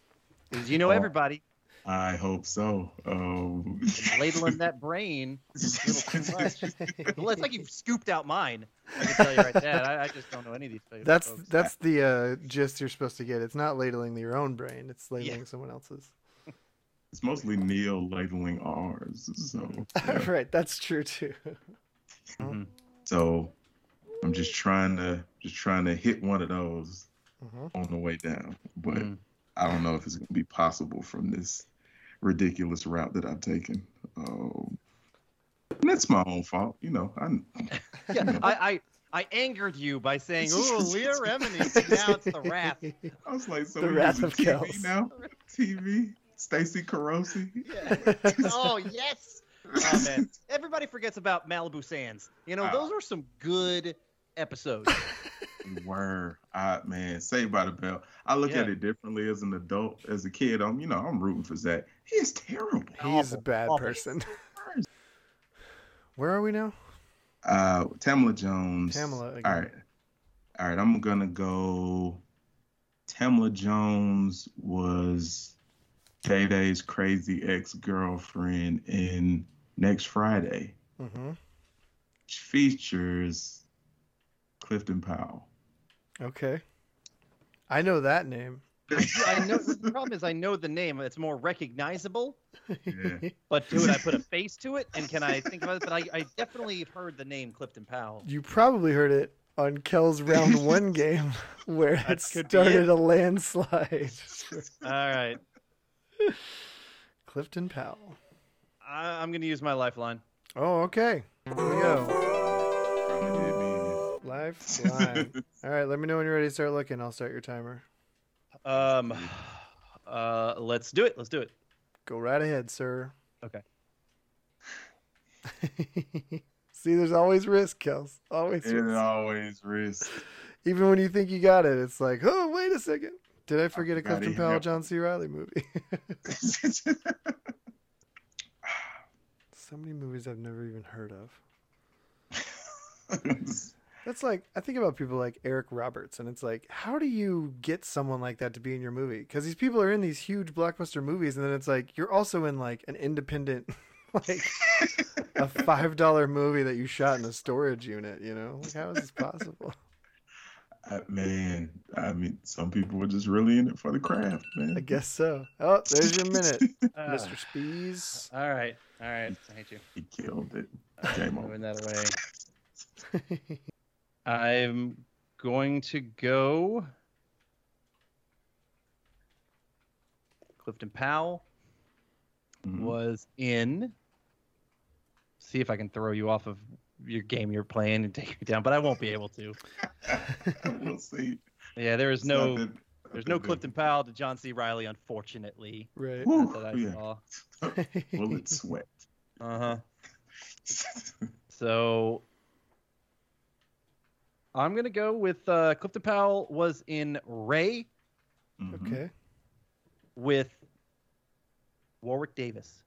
[SPEAKER 5] 'cause you know
[SPEAKER 6] Oh.
[SPEAKER 5] everybody.
[SPEAKER 6] I hope so. Um,
[SPEAKER 5] Ladling that brain. Well, it's like you've scooped out mine. I can tell you right there. I, I just don't know any of these. folks.
[SPEAKER 4] That's that's the uh, gist you're supposed to get. It's not ladling your own brain. It's ladling someone else's.
[SPEAKER 6] it's mostly Neil labeling ours. So yeah.
[SPEAKER 4] right. That's true too.
[SPEAKER 5] Mhm.
[SPEAKER 6] So I'm just trying to just trying to hit one of those
[SPEAKER 5] Mm-hmm.
[SPEAKER 4] Mhm.
[SPEAKER 6] on the way down. But
[SPEAKER 5] Mm.
[SPEAKER 6] I don't know if it's gonna be possible from this ridiculous route that I've taken. Um, and that's my own fault, you know. I
[SPEAKER 5] Yeah, I, I I angered you by saying, "Ooh, Leah Remini." and Now it's the wrath.
[SPEAKER 6] I was like, so
[SPEAKER 4] The
[SPEAKER 6] we
[SPEAKER 4] Wrath
[SPEAKER 6] using
[SPEAKER 4] of
[SPEAKER 6] TV
[SPEAKER 4] Kells.
[SPEAKER 6] now? TV? Stacy Carosi?
[SPEAKER 5] Yeah. Oh yes. Oh man. Everybody forgets about Malibu Sands. You know,
[SPEAKER 6] Ah.
[SPEAKER 5] those were some good episodes.
[SPEAKER 6] They were. I Ah, man, Saved by the Bell. I look
[SPEAKER 5] Yeah.
[SPEAKER 6] at it differently as an adult. As a kid, I'm you know I'm rooting for Zach. He is terrible.
[SPEAKER 4] He's a
[SPEAKER 5] Awful,
[SPEAKER 4] bad
[SPEAKER 5] awful.
[SPEAKER 4] person. Where are we now?
[SPEAKER 6] Uh, Tamala Jones.
[SPEAKER 4] Tamala again.
[SPEAKER 6] All right, all right. I'm gonna go. Tamala Jones was Day Day's crazy ex girlfriend in Next Friday,
[SPEAKER 4] hmm
[SPEAKER 6] which features Clifton Powell.
[SPEAKER 4] Okay. I know that name.
[SPEAKER 5] I know the problem is I know the name. It's more recognizable,
[SPEAKER 6] Yeah.
[SPEAKER 5] but do it I put a face to it and can I think about it? But I, I definitely have heard the name Clifton Powell.
[SPEAKER 4] You probably heard it on Kel's round one game where it
[SPEAKER 5] That could be
[SPEAKER 4] started
[SPEAKER 5] it.
[SPEAKER 4] a landslide.
[SPEAKER 5] All right.
[SPEAKER 4] Clifton Powell.
[SPEAKER 5] I, I'm gonna use my lifeline.
[SPEAKER 4] Oh, okay. Here we go.
[SPEAKER 6] Probably
[SPEAKER 4] Live
[SPEAKER 6] did mean it.
[SPEAKER 4] line. All right, let me know when you're ready to start looking. I'll start your timer.
[SPEAKER 5] Um uh let's do it. Let's do it.
[SPEAKER 4] Go right ahead, sir.
[SPEAKER 5] Okay.
[SPEAKER 4] See, there's always risk, Kels. Always
[SPEAKER 6] It
[SPEAKER 4] risk.
[SPEAKER 6] always risks.
[SPEAKER 4] Even when you think you got it, it's like, oh, wait a second. Did I forget a
[SPEAKER 6] forgot
[SPEAKER 4] Clifton
[SPEAKER 6] he
[SPEAKER 4] Powell,
[SPEAKER 6] had-
[SPEAKER 4] John C. Riley movie? so many movies I've never even heard of. That's like I think about people like Eric Roberts, and it's like, how do you get someone like that to be in your movie? Because these people are in these huge blockbuster movies, and then it's like you're also in like an independent, like a five dollar movie that you shot in a storage unit. You know, like how is this possible?
[SPEAKER 6] I- man, I mean, some people were just really in it for the craft, man.
[SPEAKER 4] I guess so. Oh, there's your minute,
[SPEAKER 5] Uh,
[SPEAKER 4] Mr. Spees.
[SPEAKER 5] all right. All right. I hate you.
[SPEAKER 6] He killed it.
[SPEAKER 5] All right,
[SPEAKER 6] Game over.
[SPEAKER 5] moving that away. I'm going to go Clifton Powell
[SPEAKER 6] Mhm.
[SPEAKER 5] was in see if I can throw you off of your game you're playing and take you down, but I won't be able to.
[SPEAKER 6] we'll see.
[SPEAKER 5] Yeah, there is
[SPEAKER 6] It's not
[SPEAKER 5] no
[SPEAKER 6] that- not
[SPEAKER 5] there's
[SPEAKER 6] that
[SPEAKER 5] no
[SPEAKER 6] big.
[SPEAKER 5] Clifton Powell to John C. Riley, unfortunately.
[SPEAKER 4] Right.
[SPEAKER 6] Whew,
[SPEAKER 5] Not that I
[SPEAKER 6] yeah.
[SPEAKER 5] saw.
[SPEAKER 6] Will it sweat?
[SPEAKER 5] Uh-huh. So I'm gonna go with uh, Clifton Powell was in Ray
[SPEAKER 6] Mhm.
[SPEAKER 4] Okay.
[SPEAKER 5] with Warwick Davis.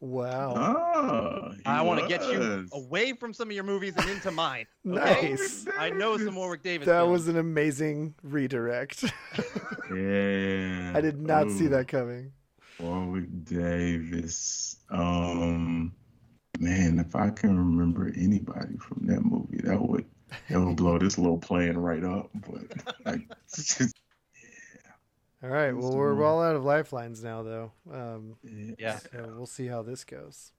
[SPEAKER 4] Wow.
[SPEAKER 6] Oh, he
[SPEAKER 5] I want to get you
[SPEAKER 6] was.
[SPEAKER 5] away from some of your movies and into mine. Okay?
[SPEAKER 4] Nice.
[SPEAKER 5] I know some Warwick Davis.
[SPEAKER 4] That
[SPEAKER 5] films.
[SPEAKER 4] was an amazing redirect.
[SPEAKER 6] Yeah.
[SPEAKER 4] I did not see
[SPEAKER 6] Ooh.
[SPEAKER 4] that coming.
[SPEAKER 6] Warwick Davis. Um, man, if I can remember anybody from that movie, that would that would blow this little plan right up. But like,
[SPEAKER 4] All right.
[SPEAKER 6] Who's
[SPEAKER 4] Well,
[SPEAKER 6] the
[SPEAKER 4] we're
[SPEAKER 6] one?
[SPEAKER 4] all out of lifelines now, though. Um,
[SPEAKER 5] Yeah.
[SPEAKER 4] so we'll see how this goes.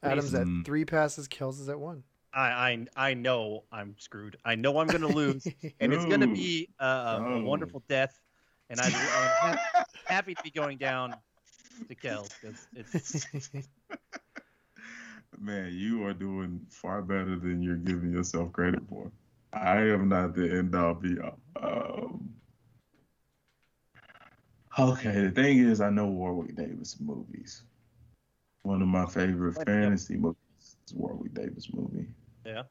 [SPEAKER 4] Adam's at
[SPEAKER 6] Mm.
[SPEAKER 4] three passes. Kells is at one.
[SPEAKER 5] I, I I know I'm screwed. I know I'm gonna lose, and it's gonna
[SPEAKER 6] No.
[SPEAKER 5] be uh, a
[SPEAKER 4] Oh.
[SPEAKER 6] No.
[SPEAKER 5] wonderful death. And I, I'm ha- happy to be going down to Kel because it's
[SPEAKER 6] man, you are doing far better than you're giving yourself credit for. I am not the end all be all. Um, okay, the thing is, I know Warwick Davis movies. One of my favorite
[SPEAKER 5] What the-
[SPEAKER 6] fantasy movies is Warwick Davis movie.
[SPEAKER 5] yeah.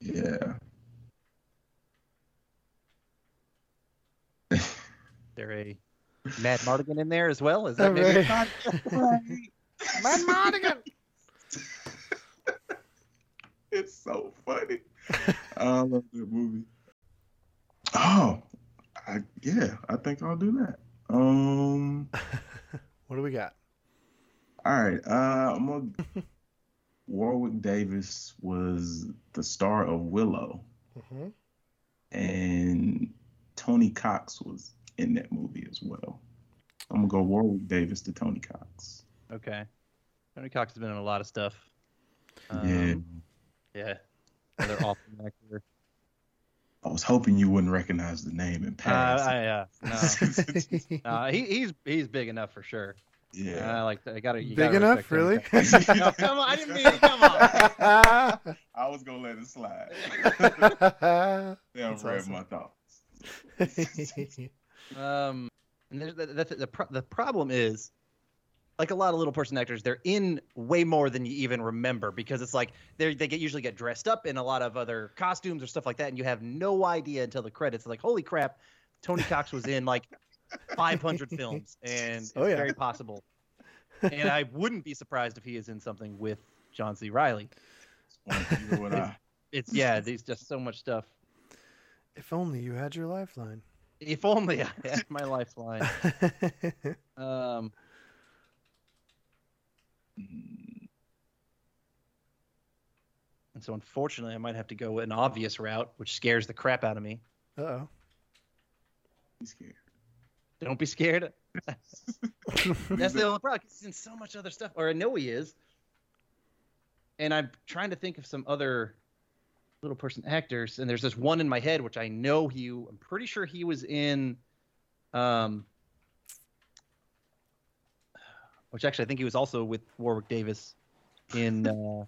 [SPEAKER 6] Yeah.
[SPEAKER 5] There a Matt Mardigan in there as well. Is
[SPEAKER 4] All
[SPEAKER 5] that maybe?
[SPEAKER 4] right. Matt Mardigan.
[SPEAKER 6] it's so funny. I love that movie. Oh, I, yeah, I think I'll do that. Um,
[SPEAKER 4] What do we got?
[SPEAKER 6] all right. Uh, I'm gonna... Warwick Davis was the star of Willow,
[SPEAKER 4] Mhm.
[SPEAKER 6] and Tony Cox was in that movie as well. I'm gonna go Warwick Davis to Tony Cox.
[SPEAKER 5] Okay. Tony Cox has been in a lot of stuff.
[SPEAKER 6] yeah,
[SPEAKER 5] Um, Yeah. Another awesome actor.
[SPEAKER 6] I was hoping you wouldn't recognize the name and
[SPEAKER 5] Uh,
[SPEAKER 6] pass.
[SPEAKER 5] I, uh, no. Uh, he, he's he's big enough for sure.
[SPEAKER 6] yeah.
[SPEAKER 5] Uh, like I gotta you
[SPEAKER 4] Big
[SPEAKER 5] gotta
[SPEAKER 4] enough,
[SPEAKER 5] respect him.
[SPEAKER 4] really?
[SPEAKER 5] No, Uh, come on, I didn't mean it. Come on.
[SPEAKER 6] I was gonna let it slide. Damn,
[SPEAKER 4] That's
[SPEAKER 6] read
[SPEAKER 4] awesome.
[SPEAKER 6] my thoughts.
[SPEAKER 5] Um, and there's the, the, the, pro- the problem is, like a lot of little person actors, they're in way more than you even remember because it's like they they get usually get dressed up in a lot of other costumes or stuff like that, and you have no idea until the credits. Like, holy crap, Tony Cox was in like 500 films, and
[SPEAKER 4] Oh,
[SPEAKER 5] it's
[SPEAKER 4] yeah.
[SPEAKER 5] very possible. And I wouldn't be surprised if he is in something with John C. Riley.
[SPEAKER 6] You know what I-
[SPEAKER 5] It's yeah, there's just so much stuff.
[SPEAKER 4] if only you had your lifeline.
[SPEAKER 5] If only I had my lifeline. Um,
[SPEAKER 6] Mm,
[SPEAKER 5] And so, unfortunately, I might have to go an obvious route, which scares the crap out of me.
[SPEAKER 4] Uh
[SPEAKER 6] I'm scared.
[SPEAKER 5] Don't be scared.
[SPEAKER 4] oh.
[SPEAKER 5] That's the only problem. 'cause He's in so much other stuff, or I know he is. And I'm trying to think of some other little person actors, and there's this one in my head which I know he. I'm pretty sure he was in, um, which actually I think he was also with Warwick Davis in, uh,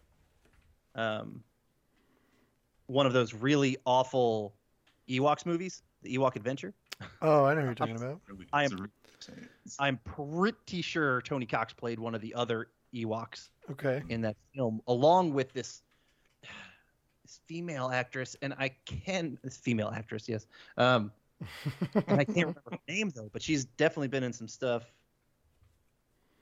[SPEAKER 5] um, one of those really awful Ewoks movies, the Ewok Adventure.
[SPEAKER 4] Oh, I know who you're talking about.
[SPEAKER 6] Really,
[SPEAKER 5] I
[SPEAKER 6] it's
[SPEAKER 5] am-
[SPEAKER 6] a real chance.
[SPEAKER 5] I'm pretty sure Tony Cox played one of the other Ewoks
[SPEAKER 4] Okay.
[SPEAKER 5] in that film, along with this this female actress, and I can this female actress, yes, um, and I can't remember her name though, but she's definitely been in some stuff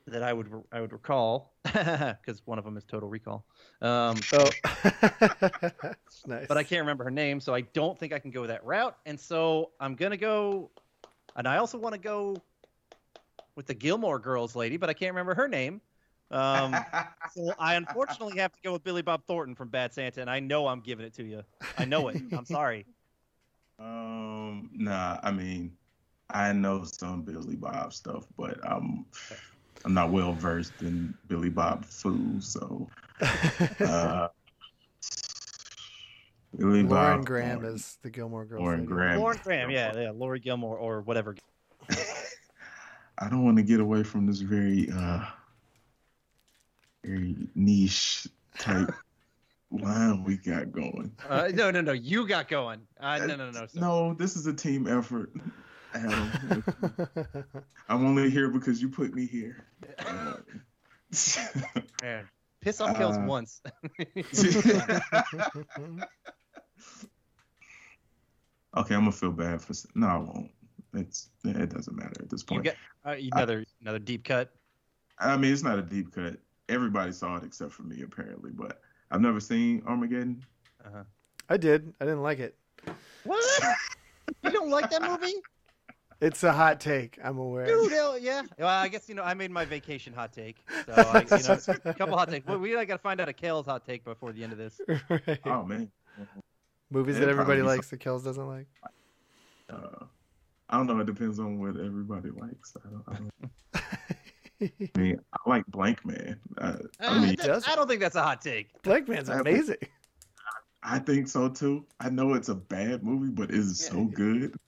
[SPEAKER 5] that I would I would recall because one of them is Total Recall, um,
[SPEAKER 4] Oh. nice.
[SPEAKER 5] but I can't remember her name, so I don't think I can go that route, and so I'm gonna go, and I also want to go with the Gilmore Girls lady, but I can't remember her name. Um, so I unfortunately have to go with Billy Bob Thornton from Bad Santa, and I know I'm giving it to you. I know it. I'm sorry.
[SPEAKER 6] um, nah, I mean, I know some Billy Bob stuff, but I'm I'm not well versed in Billy Bob food, so uh, Billy
[SPEAKER 4] Lauren
[SPEAKER 6] Bob
[SPEAKER 4] Graham
[SPEAKER 6] Thornton.
[SPEAKER 4] is the Gilmore Girls.
[SPEAKER 6] Lauren
[SPEAKER 4] lady.
[SPEAKER 6] Graham.
[SPEAKER 5] Lauren Graham, yeah, yeah, Lori Gilmore or whatever.
[SPEAKER 6] I don't want to get away from this very uh very niche type line we got going.
[SPEAKER 5] Uh, no, no, no. You got going. Uh, no, no, no. sir.
[SPEAKER 6] No, this is a team effort. Adam, I'm only here because you put me here. Uh,
[SPEAKER 5] Man. Piss off Kells
[SPEAKER 6] Uh,
[SPEAKER 5] once.
[SPEAKER 6] okay, I'm gonna feel bad for. s- No, I won't. It's it doesn't matter at this
[SPEAKER 5] You
[SPEAKER 6] point.
[SPEAKER 5] got uh, another another deep cut.
[SPEAKER 6] I mean, it's not a deep cut. Everybody saw it except for me, apparently. But I've never seen Armageddon.
[SPEAKER 5] Uh-huh.
[SPEAKER 4] I did. I didn't like it.
[SPEAKER 5] What? You don't like that movie,
[SPEAKER 4] It's a hot take. I'm aware.
[SPEAKER 5] dude? hell yeah. Well, I guess you know I made my vacation hot take, so I, you know, it's a couple hot takes. Well, we I got to find out a Kale's hot take before the end of this.
[SPEAKER 4] Right.
[SPEAKER 6] Oh man,
[SPEAKER 4] Movies
[SPEAKER 6] it'd
[SPEAKER 4] that everybody
[SPEAKER 6] probably be
[SPEAKER 4] likes that Kells doesn't like.
[SPEAKER 6] uh, I don't know. It depends on what everybody likes. I don't. I, don't, I mean, I like Blank Man. Uh,
[SPEAKER 5] Uh,
[SPEAKER 6] I mean,
[SPEAKER 5] that-
[SPEAKER 4] doesn't.
[SPEAKER 5] I don't think that's a hot take.
[SPEAKER 4] Black Man's
[SPEAKER 6] I have-
[SPEAKER 4] amazing.
[SPEAKER 6] I think so too. I know it's a bad movie, but it's
[SPEAKER 5] Yeah.
[SPEAKER 6] so good.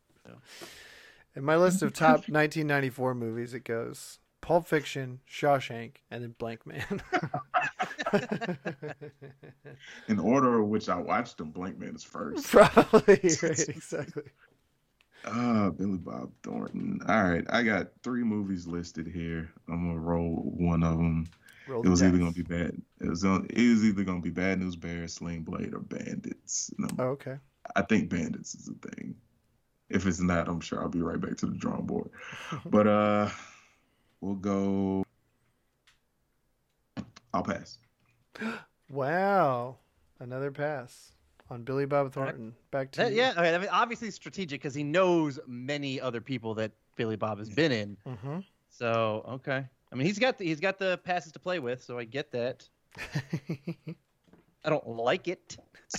[SPEAKER 4] In my list of top 1994 movies, it goes Pulp Fiction, Shawshank, and then Blank Man.
[SPEAKER 6] In order of which I watched them, Blank Man is first.
[SPEAKER 4] Probably right, exactly.
[SPEAKER 6] Ah, Billy Bob Thornton. All right, I got three movies listed here. I'm gonna roll one of them.
[SPEAKER 4] Roll
[SPEAKER 6] It
[SPEAKER 4] the
[SPEAKER 6] was either
[SPEAKER 4] dice.
[SPEAKER 6] gonna be bad. It was on, it was either gonna be Bad News Bears, Sling Blade, or Bandits. And I'm-
[SPEAKER 4] Oh, okay.
[SPEAKER 6] I think Bandits is a thing. If it's not, I'm sure I'll be right back to the drawing board. But uh, we'll go. I'll pass.
[SPEAKER 4] Wow, another pass on Billy Bob Thornton. Back to
[SPEAKER 5] That-
[SPEAKER 4] you.
[SPEAKER 5] yeah, I mean, I mean, obviously strategic because he knows many other people that Billy Bob has been in.
[SPEAKER 4] Mhm.
[SPEAKER 5] So okay, I mean he's got the, he's got the passes to play with, so I get that. I don't like it,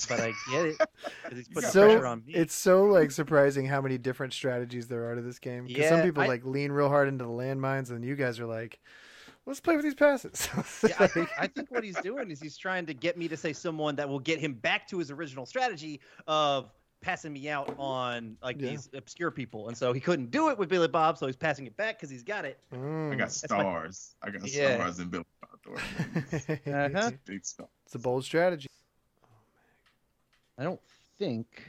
[SPEAKER 5] but I get it. 'cause He's putting
[SPEAKER 4] So,
[SPEAKER 5] pressure on me.
[SPEAKER 4] It's so like surprising how many different strategies there are to this game. Because some
[SPEAKER 5] Yeah,
[SPEAKER 4] people
[SPEAKER 5] I-
[SPEAKER 4] like lean real hard into the landmines, and you guys are like, let's play with these passes.
[SPEAKER 5] Yeah, I, think, I think what he's doing is he's trying to get me to say someone that will get him back to his original strategy of passing me out on like
[SPEAKER 4] Yeah.
[SPEAKER 5] these obscure people, and so he couldn't do it with Billy Bob, so he's passing it back because he's got it.
[SPEAKER 4] Mm.
[SPEAKER 6] I got
[SPEAKER 5] That's my-
[SPEAKER 6] stars. I got
[SPEAKER 5] Yeah.
[SPEAKER 6] stars in Billy Bob Thornton.
[SPEAKER 5] Uh-huh.
[SPEAKER 6] Big stars.
[SPEAKER 4] It's a bold strategy.
[SPEAKER 5] I don't think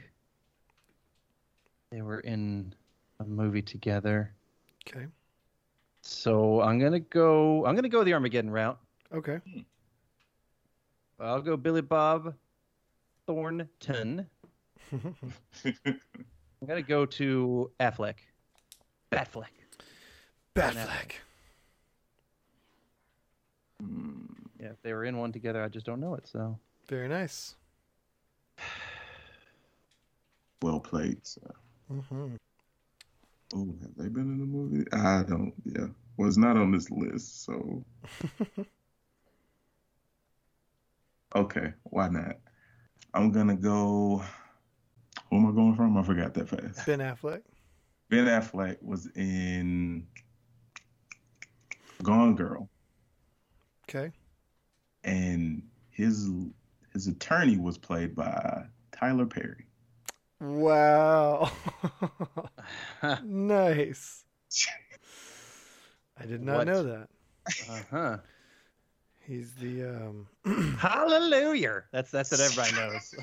[SPEAKER 5] they were in a movie together,
[SPEAKER 4] Okay.
[SPEAKER 5] so I'm gonna go. I'm gonna go the Armageddon route.
[SPEAKER 4] Okay.
[SPEAKER 5] I'll go Billy Bob Thornton. I'm gonna go to Affleck. Batfleck.
[SPEAKER 4] Batfleck.
[SPEAKER 6] Hmm.
[SPEAKER 5] Yeah, if they were in one together, I just don't know it. So
[SPEAKER 4] Very nice.
[SPEAKER 6] well played. sir.
[SPEAKER 4] Mm-hmm.
[SPEAKER 6] Oh, have they been in a movie? I don't. Yeah, well, it's not on this list, so. okay, why not? I'm gonna go. Who am I going from? I forgot that fast.
[SPEAKER 4] Ben Affleck.
[SPEAKER 6] Ben Affleck was in Gone Girl,
[SPEAKER 4] Okay.
[SPEAKER 6] and his his attorney was played by Tyler Perry.
[SPEAKER 4] Wow. nice. I did not
[SPEAKER 5] What?
[SPEAKER 4] know that.
[SPEAKER 5] uh-huh.
[SPEAKER 4] He's the um
[SPEAKER 5] Hallelujah. That's that's what everybody knows.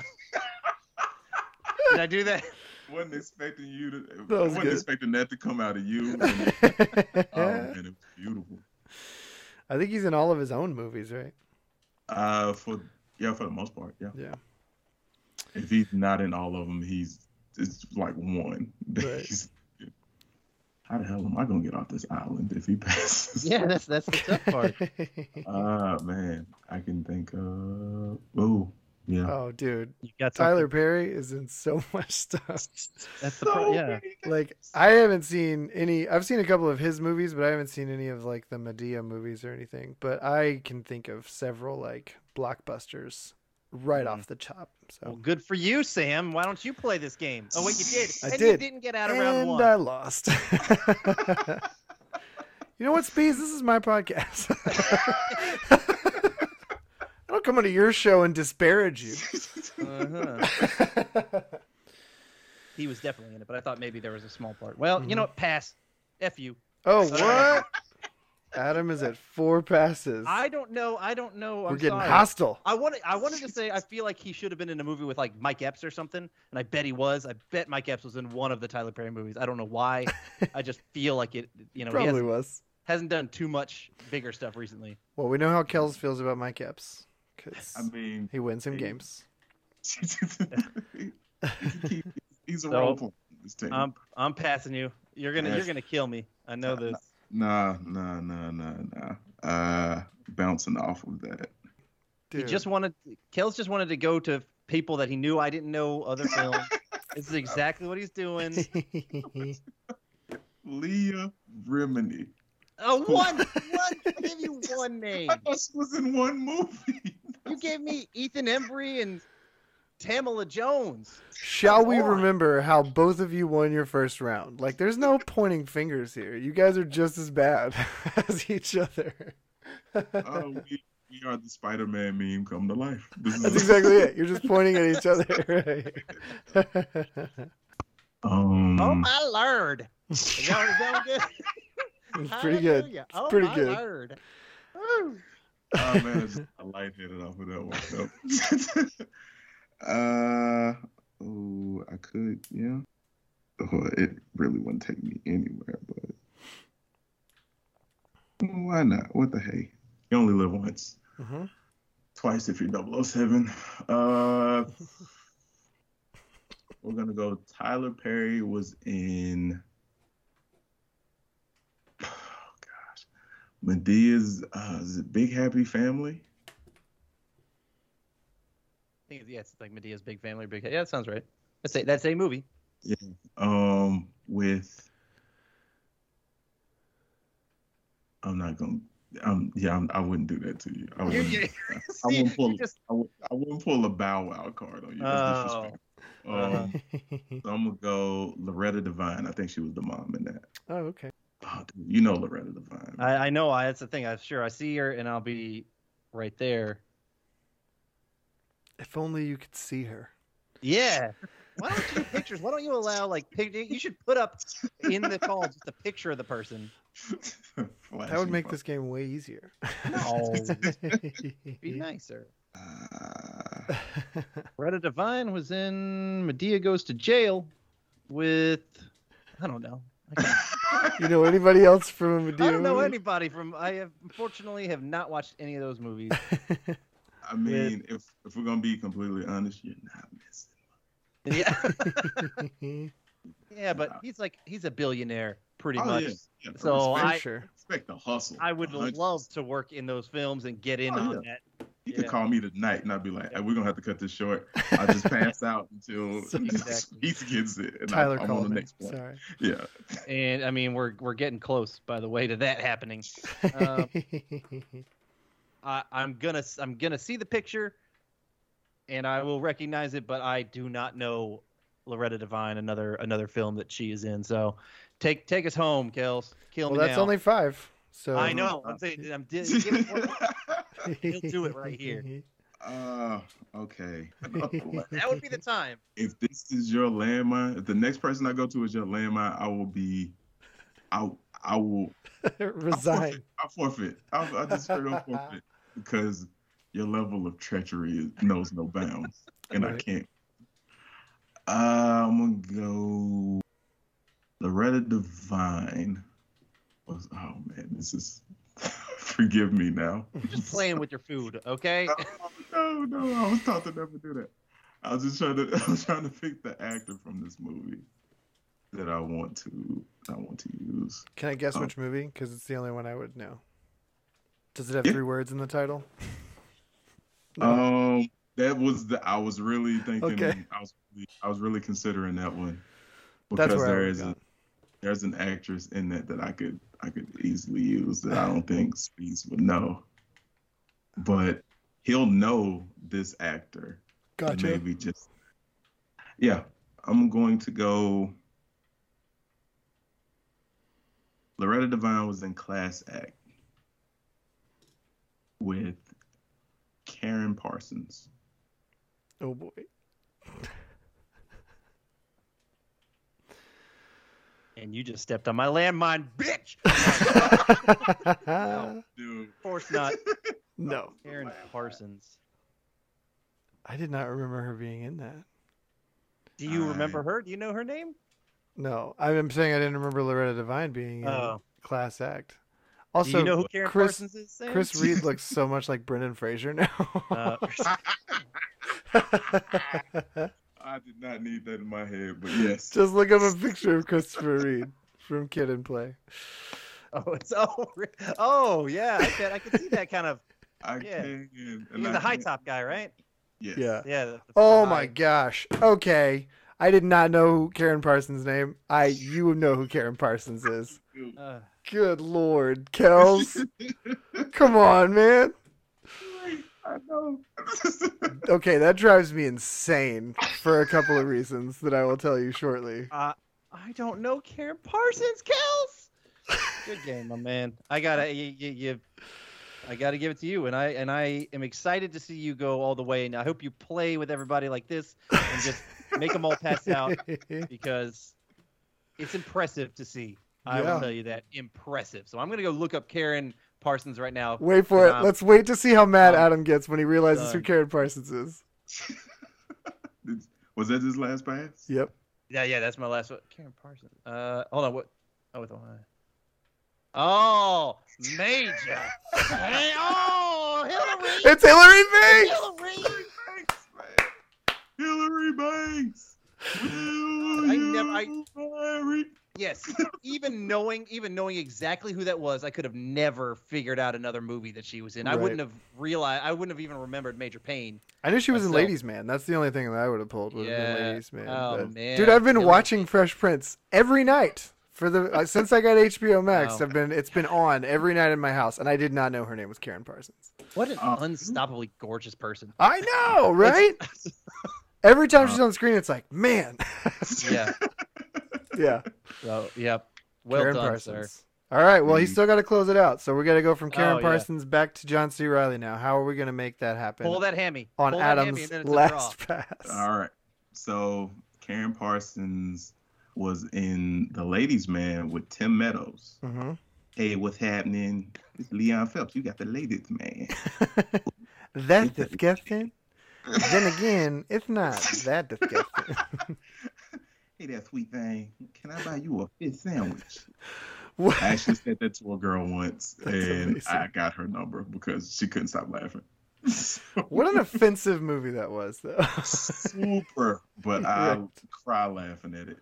[SPEAKER 5] Did I do that?
[SPEAKER 6] wasn't expecting you to.
[SPEAKER 4] That was
[SPEAKER 6] wasn't
[SPEAKER 4] good.
[SPEAKER 6] expecting that to come out of you. oh
[SPEAKER 5] Um,
[SPEAKER 6] man, it was beautiful.
[SPEAKER 4] I think he's in all of his own movies, right?
[SPEAKER 6] Uh, for yeah, for the most part, yeah.
[SPEAKER 4] Yeah.
[SPEAKER 6] If he's not in all of them, he's it's like one.
[SPEAKER 4] Right.
[SPEAKER 6] How the hell am I gonna get off this island if he passes?
[SPEAKER 5] Yeah, that's that's the tough part.
[SPEAKER 6] Ah man, I can think of oh yeah.
[SPEAKER 4] oh, dude.
[SPEAKER 5] You got
[SPEAKER 4] Tyler Perry is in so much stuff.
[SPEAKER 5] something- That's the pro- yeah.
[SPEAKER 6] many things.
[SPEAKER 4] Like I haven't seen any I've seen a couple of his movies, but I haven't seen any of like the Medea movies or anything. But I can think of several like blockbusters right off the chop.
[SPEAKER 5] Hmm. Well,
[SPEAKER 4] So
[SPEAKER 5] good for you, Sam. Why don't you play this game? Oh wait, you did.
[SPEAKER 4] I
[SPEAKER 5] and
[SPEAKER 4] did.
[SPEAKER 5] You didn't get out of round
[SPEAKER 4] and uh,
[SPEAKER 5] one.
[SPEAKER 4] I lost. you know what, Speeds? This is my podcast. I don't come onto your show and disparage you.
[SPEAKER 5] Uh-huh. He was definitely in it, but I thought maybe there was a small part. Well,
[SPEAKER 4] Mm-hmm.
[SPEAKER 5] you know what? Pass. F you.
[SPEAKER 4] oh, what? Adam is at four passes.
[SPEAKER 5] I don't know. I don't know.
[SPEAKER 4] We're
[SPEAKER 5] I'm
[SPEAKER 4] getting
[SPEAKER 5] sorry.
[SPEAKER 4] hostile.
[SPEAKER 5] I wanted, I wanted to say I feel like he should have been in a movie with like Mike Epps or something, and I bet he was. I bet Mike Epps was in one of the Tyler Perry movies. I don't know why. I just feel like it. You know, he
[SPEAKER 4] Probably
[SPEAKER 5] hasn't,
[SPEAKER 4] was.
[SPEAKER 5] hasn't done too much bigger stuff recently.
[SPEAKER 4] Well, we know how Kells feels about Mike Epps because
[SPEAKER 6] I mean,
[SPEAKER 4] he wins some games.
[SPEAKER 6] he's a
[SPEAKER 5] So, um,
[SPEAKER 6] role player. on This team.
[SPEAKER 5] I'm I'm passing you. You're gonna you're
[SPEAKER 6] Yes.
[SPEAKER 5] gonna kill me. I know
[SPEAKER 6] No, no.
[SPEAKER 5] this.
[SPEAKER 6] Nah, nah, nah, nah, nah. Uh, bouncing off of that.
[SPEAKER 4] Dude,
[SPEAKER 5] He just wanted. Kels just wanted to go to people that he knew I didn't know other films. this is exactly what he's doing.
[SPEAKER 6] Leah Remini.
[SPEAKER 5] Oh, one, one. I gave you one name.
[SPEAKER 6] I thought she was in one movie.
[SPEAKER 5] You gave me Ethan Embry and Tamala Jones.
[SPEAKER 4] Shall we
[SPEAKER 5] on.
[SPEAKER 4] remember how both of you won your first round? Like, there's no pointing fingers here. You guys are just as bad as each other.
[SPEAKER 6] Oh, we, we are the Spider-Man meme come to life. This is
[SPEAKER 4] That's exactly it. You're just pointing at each other. Right?
[SPEAKER 6] Um,
[SPEAKER 4] Mm.
[SPEAKER 6] oh,
[SPEAKER 5] Oh my lord! Is that, is that good?
[SPEAKER 4] It's pretty good.
[SPEAKER 5] Hallelujah.
[SPEAKER 4] It's
[SPEAKER 5] oh
[SPEAKER 4] pretty
[SPEAKER 5] my
[SPEAKER 4] good.
[SPEAKER 5] Lord.
[SPEAKER 6] oh, man, I just got lightheaded off of that one. uh, oh, I could, yeah. Oh, it really wouldn't take me anywhere, but why not? What the hey? You only live once.
[SPEAKER 4] hmm
[SPEAKER 6] twice if you're 007. Uh, we're gonna go. Tyler Perry was in. Oh gosh, Medea's uh, is it Big Happy Family?
[SPEAKER 5] I think it's, yeah, it's like Medea's Big Family, Big Yeah, that sounds right. That's a that's a movie.
[SPEAKER 6] Um, with. I'm not gonna. Um, yeah, I'm, I wouldn't do that to you. I
[SPEAKER 5] You-
[SPEAKER 6] wouldn't,
[SPEAKER 5] you-
[SPEAKER 6] I
[SPEAKER 5] see,
[SPEAKER 6] wouldn't pull.
[SPEAKER 5] you just- oh,
[SPEAKER 6] I, would, I wouldn't pull a bow wow card on you. That's disrespectful.
[SPEAKER 5] Uh-huh.
[SPEAKER 4] Mm-hmm.
[SPEAKER 5] Uh,
[SPEAKER 6] Um, So I'm gonna go Loretta Devine. I think she was the mom in that.
[SPEAKER 4] oh, okay.
[SPEAKER 6] Oh, dude, you know Loretta Devine.
[SPEAKER 5] I, I know. I that's the thing. I'm sure I see her, and I'll be right there.
[SPEAKER 4] If only you could see her.
[SPEAKER 5] Yeah. Why don't you do pictures? Why don't you allow like pic- you should put up in the call just a picture of the person.
[SPEAKER 4] That would make this game way easier.
[SPEAKER 6] Oh.
[SPEAKER 5] No, be nicer.
[SPEAKER 6] Uh,
[SPEAKER 5] Loretta Devine was in Medea Goes to Jail with I don't know. I, can't-
[SPEAKER 4] you know anybody else from a Medea?
[SPEAKER 5] I don't know
[SPEAKER 4] movie?
[SPEAKER 5] anybody from. I have, unfortunately have not watched any of those movies.
[SPEAKER 6] I mean, if if we're gonna be completely honest, you're not missing.
[SPEAKER 5] Yeah, yeah, but he's like he's a billionaire pretty
[SPEAKER 6] oh,
[SPEAKER 5] much.
[SPEAKER 6] yeah, yeah,
[SPEAKER 5] So
[SPEAKER 6] respect,
[SPEAKER 5] I-
[SPEAKER 4] sure.
[SPEAKER 6] respect the hustle.
[SPEAKER 5] I would
[SPEAKER 6] 100%.
[SPEAKER 5] love to work in those films and get in
[SPEAKER 6] Oh,
[SPEAKER 5] on
[SPEAKER 6] yeah.
[SPEAKER 5] that.
[SPEAKER 6] You could
[SPEAKER 5] yeah.
[SPEAKER 6] call me tonight, and I'd be like, hey, "We're gonna have to cut this short. I will just pass out until
[SPEAKER 5] Exactly.
[SPEAKER 6] he gets it." And
[SPEAKER 4] Tyler
[SPEAKER 6] I, I'm on the
[SPEAKER 4] Coleman.
[SPEAKER 6] next one.
[SPEAKER 4] Sorry.
[SPEAKER 6] Yeah,
[SPEAKER 5] And I mean, we're we're getting close, by the way, to that happening. Um, I, I'm gonna s- I'm gonna see the picture, and I will recognize it, but I do not know Loretta Devine, another another film that she is in. So, take take us home, Kels. Kill
[SPEAKER 4] well,
[SPEAKER 5] me
[SPEAKER 4] that's
[SPEAKER 5] now.
[SPEAKER 4] only five. So
[SPEAKER 5] I know. I'm saying I'm di- giving one- he'll do it right here.
[SPEAKER 6] Uh, okay. Oh,
[SPEAKER 5] that would be the time.
[SPEAKER 6] if this is your landmine, if the next person I go to is your landmine, I will be, I I will
[SPEAKER 4] Resign.
[SPEAKER 6] I forfeit. I, I just straight up forfeit because your level of treachery is, knows no bounds, and I
[SPEAKER 4] Right.
[SPEAKER 6] can't. Uh, I'm gonna go Loretta Devine. Was, oh man, this is. Forgive me now.
[SPEAKER 5] Just playing with your food, okay?
[SPEAKER 6] no, no, I was taught to never do that. I was just trying to. I was trying to pick the actor from this movie that I want to. I want to use.
[SPEAKER 4] Can I guess
[SPEAKER 6] Oh.
[SPEAKER 4] which movie? Because it's the only one I would know. Does it have
[SPEAKER 6] Yeah.
[SPEAKER 4] three words in the title?
[SPEAKER 6] Um, that was the. I was really thinking.
[SPEAKER 4] Okay.
[SPEAKER 6] I was. Really, I was really considering that one
[SPEAKER 4] That's
[SPEAKER 6] because
[SPEAKER 4] where I
[SPEAKER 6] there
[SPEAKER 4] would've
[SPEAKER 6] is a,
[SPEAKER 4] gone.
[SPEAKER 6] there's an actress in that that I could I could easily use that I don't think Speeds would know, but he'll know this actor. and
[SPEAKER 4] Gotcha.
[SPEAKER 6] Maybe just. Yeah, I'm going to go. Loretta Devine was in Class Act with Karen Parsons.
[SPEAKER 4] Oh boy.
[SPEAKER 5] And you just stepped on my landmine, bitch.
[SPEAKER 6] Dude,
[SPEAKER 5] Of course not,
[SPEAKER 4] no,
[SPEAKER 5] Aaron Parsons.
[SPEAKER 4] I did not remember her being in that.
[SPEAKER 5] Do you
[SPEAKER 6] I-
[SPEAKER 5] remember her? Do you know her name?
[SPEAKER 4] No, I'm saying I didn't remember Loretta Devine being in
[SPEAKER 5] Oh.
[SPEAKER 4] Class Act.
[SPEAKER 5] Also,
[SPEAKER 4] Also,
[SPEAKER 5] Do you know who Karen
[SPEAKER 4] Chris-
[SPEAKER 5] Parsons is? Sam?
[SPEAKER 4] Chris Reed looks so much like Brendan Fraser now.
[SPEAKER 5] Uh,
[SPEAKER 6] I did not need that in my head, but yes.
[SPEAKER 4] Just look up a picture of Christopher Reed from Kid and Play.
[SPEAKER 5] oh, it's oh, re- oh yeah. I bet I could see that kind of.
[SPEAKER 6] I
[SPEAKER 5] yeah.
[SPEAKER 6] can. and
[SPEAKER 5] He's
[SPEAKER 6] I
[SPEAKER 5] the high
[SPEAKER 6] can.
[SPEAKER 5] top guy, right?
[SPEAKER 6] Yes.
[SPEAKER 4] Yeah.
[SPEAKER 5] Yeah. the- the
[SPEAKER 4] Oh
[SPEAKER 5] high-
[SPEAKER 4] my gosh. Okay. I did not know who Karen Parsons' name. I you know who Karen Parsons is.
[SPEAKER 5] Uh,
[SPEAKER 4] Good lord, Kels. Come on, man.
[SPEAKER 6] I know.
[SPEAKER 4] Okay, that drives me insane for a couple of reasons that I will tell you shortly.
[SPEAKER 5] uh, I don't know Karen Parsons, Kels. Good game, my man. I gotta you, you, you- I gotta give it to you, and I and I am excited to see you go all the way. And I hope you play with everybody like this and just make them all pass out because it's impressive to see. I
[SPEAKER 4] Yeah.
[SPEAKER 5] will tell you that impressive. So I'm gonna go look up Karen Parsons right now.
[SPEAKER 4] Wait for it.
[SPEAKER 5] Um,
[SPEAKER 4] Let's wait to see how mad
[SPEAKER 5] um,
[SPEAKER 4] Adam gets when he realizes who
[SPEAKER 5] done.
[SPEAKER 4] Karen Parsons is.
[SPEAKER 6] Was that his last pass?
[SPEAKER 4] Yep.
[SPEAKER 5] Yeah, yeah, that's my last one. Karen Parsons. Uh, hold on. What? Oh, with one eye. Oh, major. hey, oh, Hillary.
[SPEAKER 4] It's Hillary Banks!
[SPEAKER 5] Hillary.
[SPEAKER 6] Hillary Banks.
[SPEAKER 5] I never- I-
[SPEAKER 6] Hillary.
[SPEAKER 5] Yes. Even knowing, even knowing exactly who that was, I could have never figured out another movie that she was in. I
[SPEAKER 4] Right.
[SPEAKER 5] wouldn't have realized. I wouldn't have even remembered Major Payne.
[SPEAKER 4] I knew she was in
[SPEAKER 5] myself.
[SPEAKER 4] Ladies Man. That's the only thing that I would have pulled would have been
[SPEAKER 5] Yeah.
[SPEAKER 4] Ladies Man.
[SPEAKER 5] Oh,
[SPEAKER 4] but-
[SPEAKER 5] man.
[SPEAKER 4] Dude, I've been
[SPEAKER 5] Really?
[SPEAKER 4] watching Fresh Prince every night for the uh, since I got HBO Max.
[SPEAKER 5] Wow.
[SPEAKER 4] I've been it's been on every night in my house, and I did not know her name was Karen Parsons.
[SPEAKER 5] What an
[SPEAKER 6] Oh.
[SPEAKER 4] Uh,
[SPEAKER 5] unstoppably gorgeous person.
[SPEAKER 4] I know, right? every time she's on screen, it's like, man,
[SPEAKER 5] Yeah.
[SPEAKER 4] yeah,
[SPEAKER 5] So, yep. Well
[SPEAKER 4] Karen
[SPEAKER 5] done,
[SPEAKER 4] Parsons. All right. Well, he's
[SPEAKER 6] Mm.
[SPEAKER 4] still got to close it out. So we got to go from Karen
[SPEAKER 5] Oh, yeah.
[SPEAKER 4] Parsons back to John C. Riley now. How are we going to make that happen
[SPEAKER 5] Pull that hammy.
[SPEAKER 4] on
[SPEAKER 5] Pull that hammy,
[SPEAKER 4] Adam's
[SPEAKER 5] and then it's a draw.
[SPEAKER 4] last pass?
[SPEAKER 6] All right. So Karen Parsons was in The Ladies Man with Tim Meadows.
[SPEAKER 4] hmm
[SPEAKER 6] Hey, what's happening? It's Leon Phelps. You got The Ladies Man.
[SPEAKER 4] That's disgusting. then again, it's not that disgusting.
[SPEAKER 6] Hey, that sweet thing. Can I buy you a fish sandwich?
[SPEAKER 4] What-
[SPEAKER 6] I actually said that to a girl once,
[SPEAKER 4] That's
[SPEAKER 6] and
[SPEAKER 4] amazing.
[SPEAKER 6] I got her number because she couldn't stop laughing.
[SPEAKER 4] what an offensive movie that was, though.
[SPEAKER 6] Super, but I
[SPEAKER 4] Right.
[SPEAKER 6] cry laughing at it.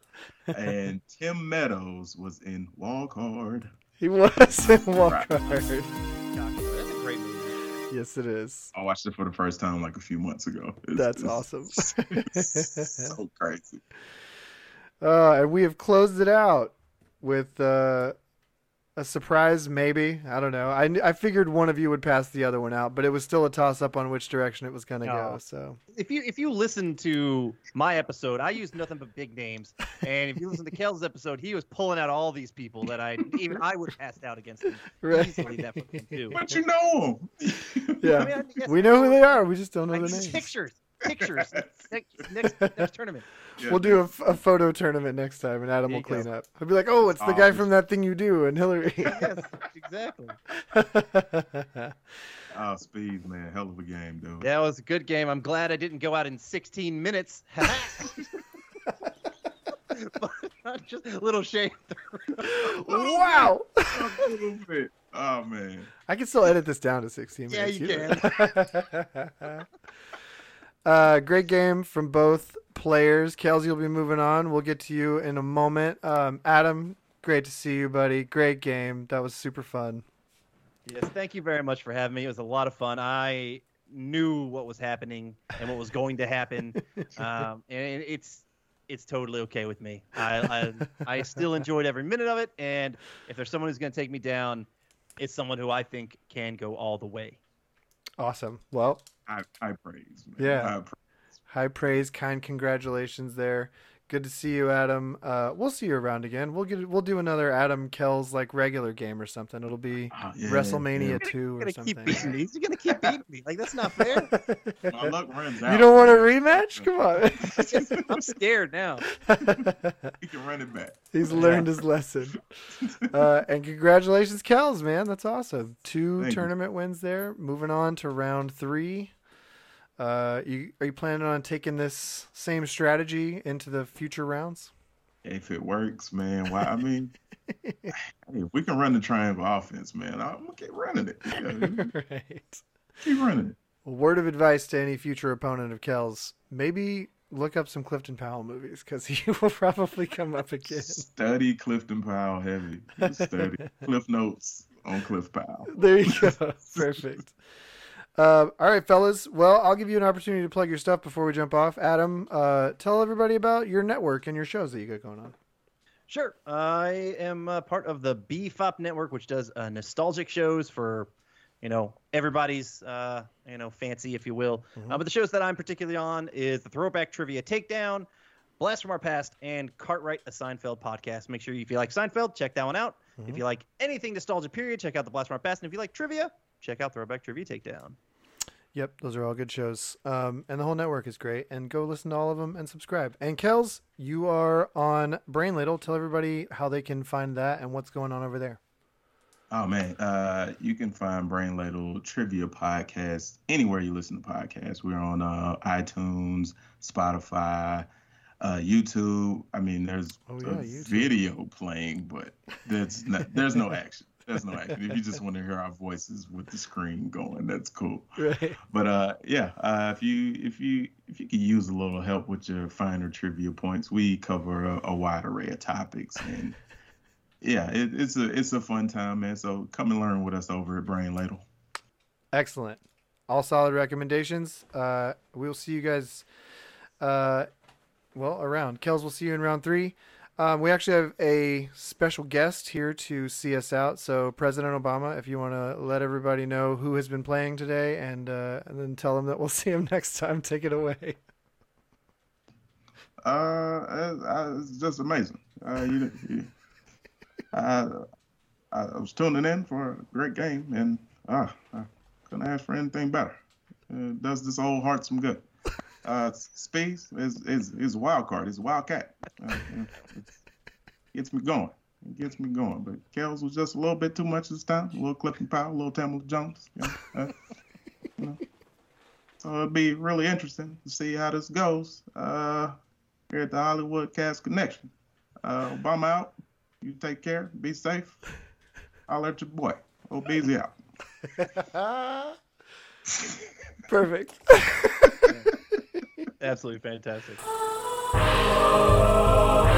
[SPEAKER 6] And Tim Meadows was in Walk Hard.
[SPEAKER 4] he was in
[SPEAKER 6] Right.
[SPEAKER 4] Walk Hard.
[SPEAKER 5] That's a great movie.
[SPEAKER 4] Yes, it is.
[SPEAKER 6] I watched it for the first time like a few months ago. It's-
[SPEAKER 4] That's
[SPEAKER 6] it's-
[SPEAKER 4] awesome.
[SPEAKER 6] it's so crazy.
[SPEAKER 4] Uh, and we have closed it out with uh, a surprise, maybe. I don't know. I, I figured one of you would pass the other one out, but it was still a toss up on which direction it was going to go.
[SPEAKER 5] Oh.
[SPEAKER 4] So,
[SPEAKER 5] If you if you listen to my episode, I used nothing but big names, and if you listen to Kel's episode, he was pulling out all these people that I even I would have passed out against him
[SPEAKER 4] right.
[SPEAKER 5] easily. That fucking too.
[SPEAKER 6] But you know him.
[SPEAKER 4] Yeah.
[SPEAKER 5] I mean, I, yes,
[SPEAKER 4] We know who they are. We just don't
[SPEAKER 5] I
[SPEAKER 4] know the
[SPEAKER 5] need
[SPEAKER 4] names.
[SPEAKER 5] pictures, pictures. next, next, next tournament.
[SPEAKER 6] Yeah.
[SPEAKER 4] We'll do a, f- a photo tournament next time, and Adam
[SPEAKER 5] There
[SPEAKER 4] will
[SPEAKER 5] you go.
[SPEAKER 4] clean up. He'll be like, "Oh, it's the guy
[SPEAKER 6] Um,
[SPEAKER 4] from that thing you do," and Hillary.
[SPEAKER 5] Yes, exactly.
[SPEAKER 6] Oh, Speed, man. Hell of a game, dude.
[SPEAKER 5] That was a good game. I'm glad I didn't go out in 16 minutes. but not just a little shame.
[SPEAKER 4] wow!
[SPEAKER 6] A little bit. Oh, man.
[SPEAKER 4] I can still edit this down to 16
[SPEAKER 5] Yeah,
[SPEAKER 4] minutes.
[SPEAKER 5] you
[SPEAKER 4] can. uh, great game from both players. Kelsey will be moving on. We'll get to you in a moment. Um, Adam, great to see you, buddy. Great game. That was super fun.
[SPEAKER 5] Yes, thank you very much for having me. It was a lot of fun. I knew what was happening and what was going to happen, um, and it's it's totally okay with me. I, I I still enjoyed every minute of it, and if there's someone who's going to take me down, it's someone who I think can go all the way.
[SPEAKER 4] Awesome. Well,
[SPEAKER 6] I, I praise, man.
[SPEAKER 4] Yeah.
[SPEAKER 6] High praise.
[SPEAKER 4] high praise, kind congratulations there. Good to see you, Adam. Uh, we'll see you around again. We'll get we'll do another Adam Kells like regular game or something. It'll be
[SPEAKER 6] Oh, yeah,
[SPEAKER 4] WrestleMania two
[SPEAKER 5] You're
[SPEAKER 4] or
[SPEAKER 5] gonna keep
[SPEAKER 4] something.
[SPEAKER 5] beating me. You're gonna keep beating me. Like that's not fair.
[SPEAKER 6] yeah. My luck runs out.
[SPEAKER 4] You don't want a
[SPEAKER 6] man.
[SPEAKER 4] rematch? Come on.
[SPEAKER 5] I'm scared now.
[SPEAKER 6] You can run it back.
[SPEAKER 4] He's learned his lesson. Uh, and congratulations, Cals, man. That's awesome. Two
[SPEAKER 6] Thank you.
[SPEAKER 4] tournament wins there. Moving on to round three. Uh, you are you planning on taking this same strategy into the future rounds?
[SPEAKER 6] If it works, man. Why? I mean, hey, if we can run the triangle offense, man, I'm gonna keep running it. Yeah,
[SPEAKER 4] right.
[SPEAKER 6] keep running it.
[SPEAKER 4] Word of advice to any future opponent of Kells: maybe look up some Clifton Powell movies because he will probably come up again.
[SPEAKER 6] Study Clifton Powell heavy. Just Study Cliff Notes on Cliff Powell.
[SPEAKER 4] There you go. Perfect. Uh, all right, fellas. Well, I'll give you an opportunity to plug your stuff before we jump off. Adam, uh, tell everybody about your network and your shows that you got going on.
[SPEAKER 5] Sure. I am uh, part of the BFOP network, which does uh, nostalgic shows for, you know, everybody's, uh, you know, fancy, if you will. Uh, but the shows that I'm particularly on is the Throwback Trivia Takedown, Blast from Our Past, and Cartwright, a Seinfeld podcast. Make sure you- if you like Seinfeld, check that one out. If you like anything nostalgia period, check out the Blast from Our Past. And if you like trivia, check out Throwback Trivia Takedown.
[SPEAKER 4] Yep, those are all good shows. Um, and the whole network is great. And go listen to all of them and subscribe. And Kels, you are on Brain Ladle. Tell everybody how they can find that and what's going on over there.
[SPEAKER 6] Oh man, uh, you can find Brain Ladle Trivia Podcast anywhere you listen to podcasts. We're on uh, iTunes, Spotify, uh, YouTube. I mean, there's
[SPEAKER 4] Oh,
[SPEAKER 6] a
[SPEAKER 4] yeah, YouTube.
[SPEAKER 6] video playing, but that's not, there's no action. There's no action. If you just want to hear our voices with the screen going, that's cool.
[SPEAKER 4] Right.
[SPEAKER 6] But uh, yeah, uh, if you if you if you could use a little help with your finer trivia points, we cover a, a wide array of topics, and yeah, it, it's a it's a fun time, man. So come and learn with us over at Brain Ladle.
[SPEAKER 4] Excellent. All solid recommendations. Uh, we'll see you guys, uh, well, around. Kels, we'll see you in round three. Um, we actually have a special guest here to see us out. So, President Obama, if you want to let everybody know who has been playing today and, uh, and then tell them that we'll see him next time, take it away.
[SPEAKER 6] Uh, uh, uh, it's just amazing. Uh, you, you, I, I, I was tuning in for a great game, and ah, I couldn't ask for anything better. Uh, does this old heart some good? Uh, Space is is is a wild card. It's a wildcat. Uh, yeah, it's- gets me going. It gets me going. But Kells was just a little bit too much this time. A little Clifton Powell, a little Tamil Jones. You know, uh, you know. So it'd be really interesting to see how this goes uh, here at the Hollywood Cast Connection. Uh, Obama out. You take care. Be safe. I'll at your boy. Obese out.
[SPEAKER 4] Perfect.
[SPEAKER 5] Absolutely fantastic.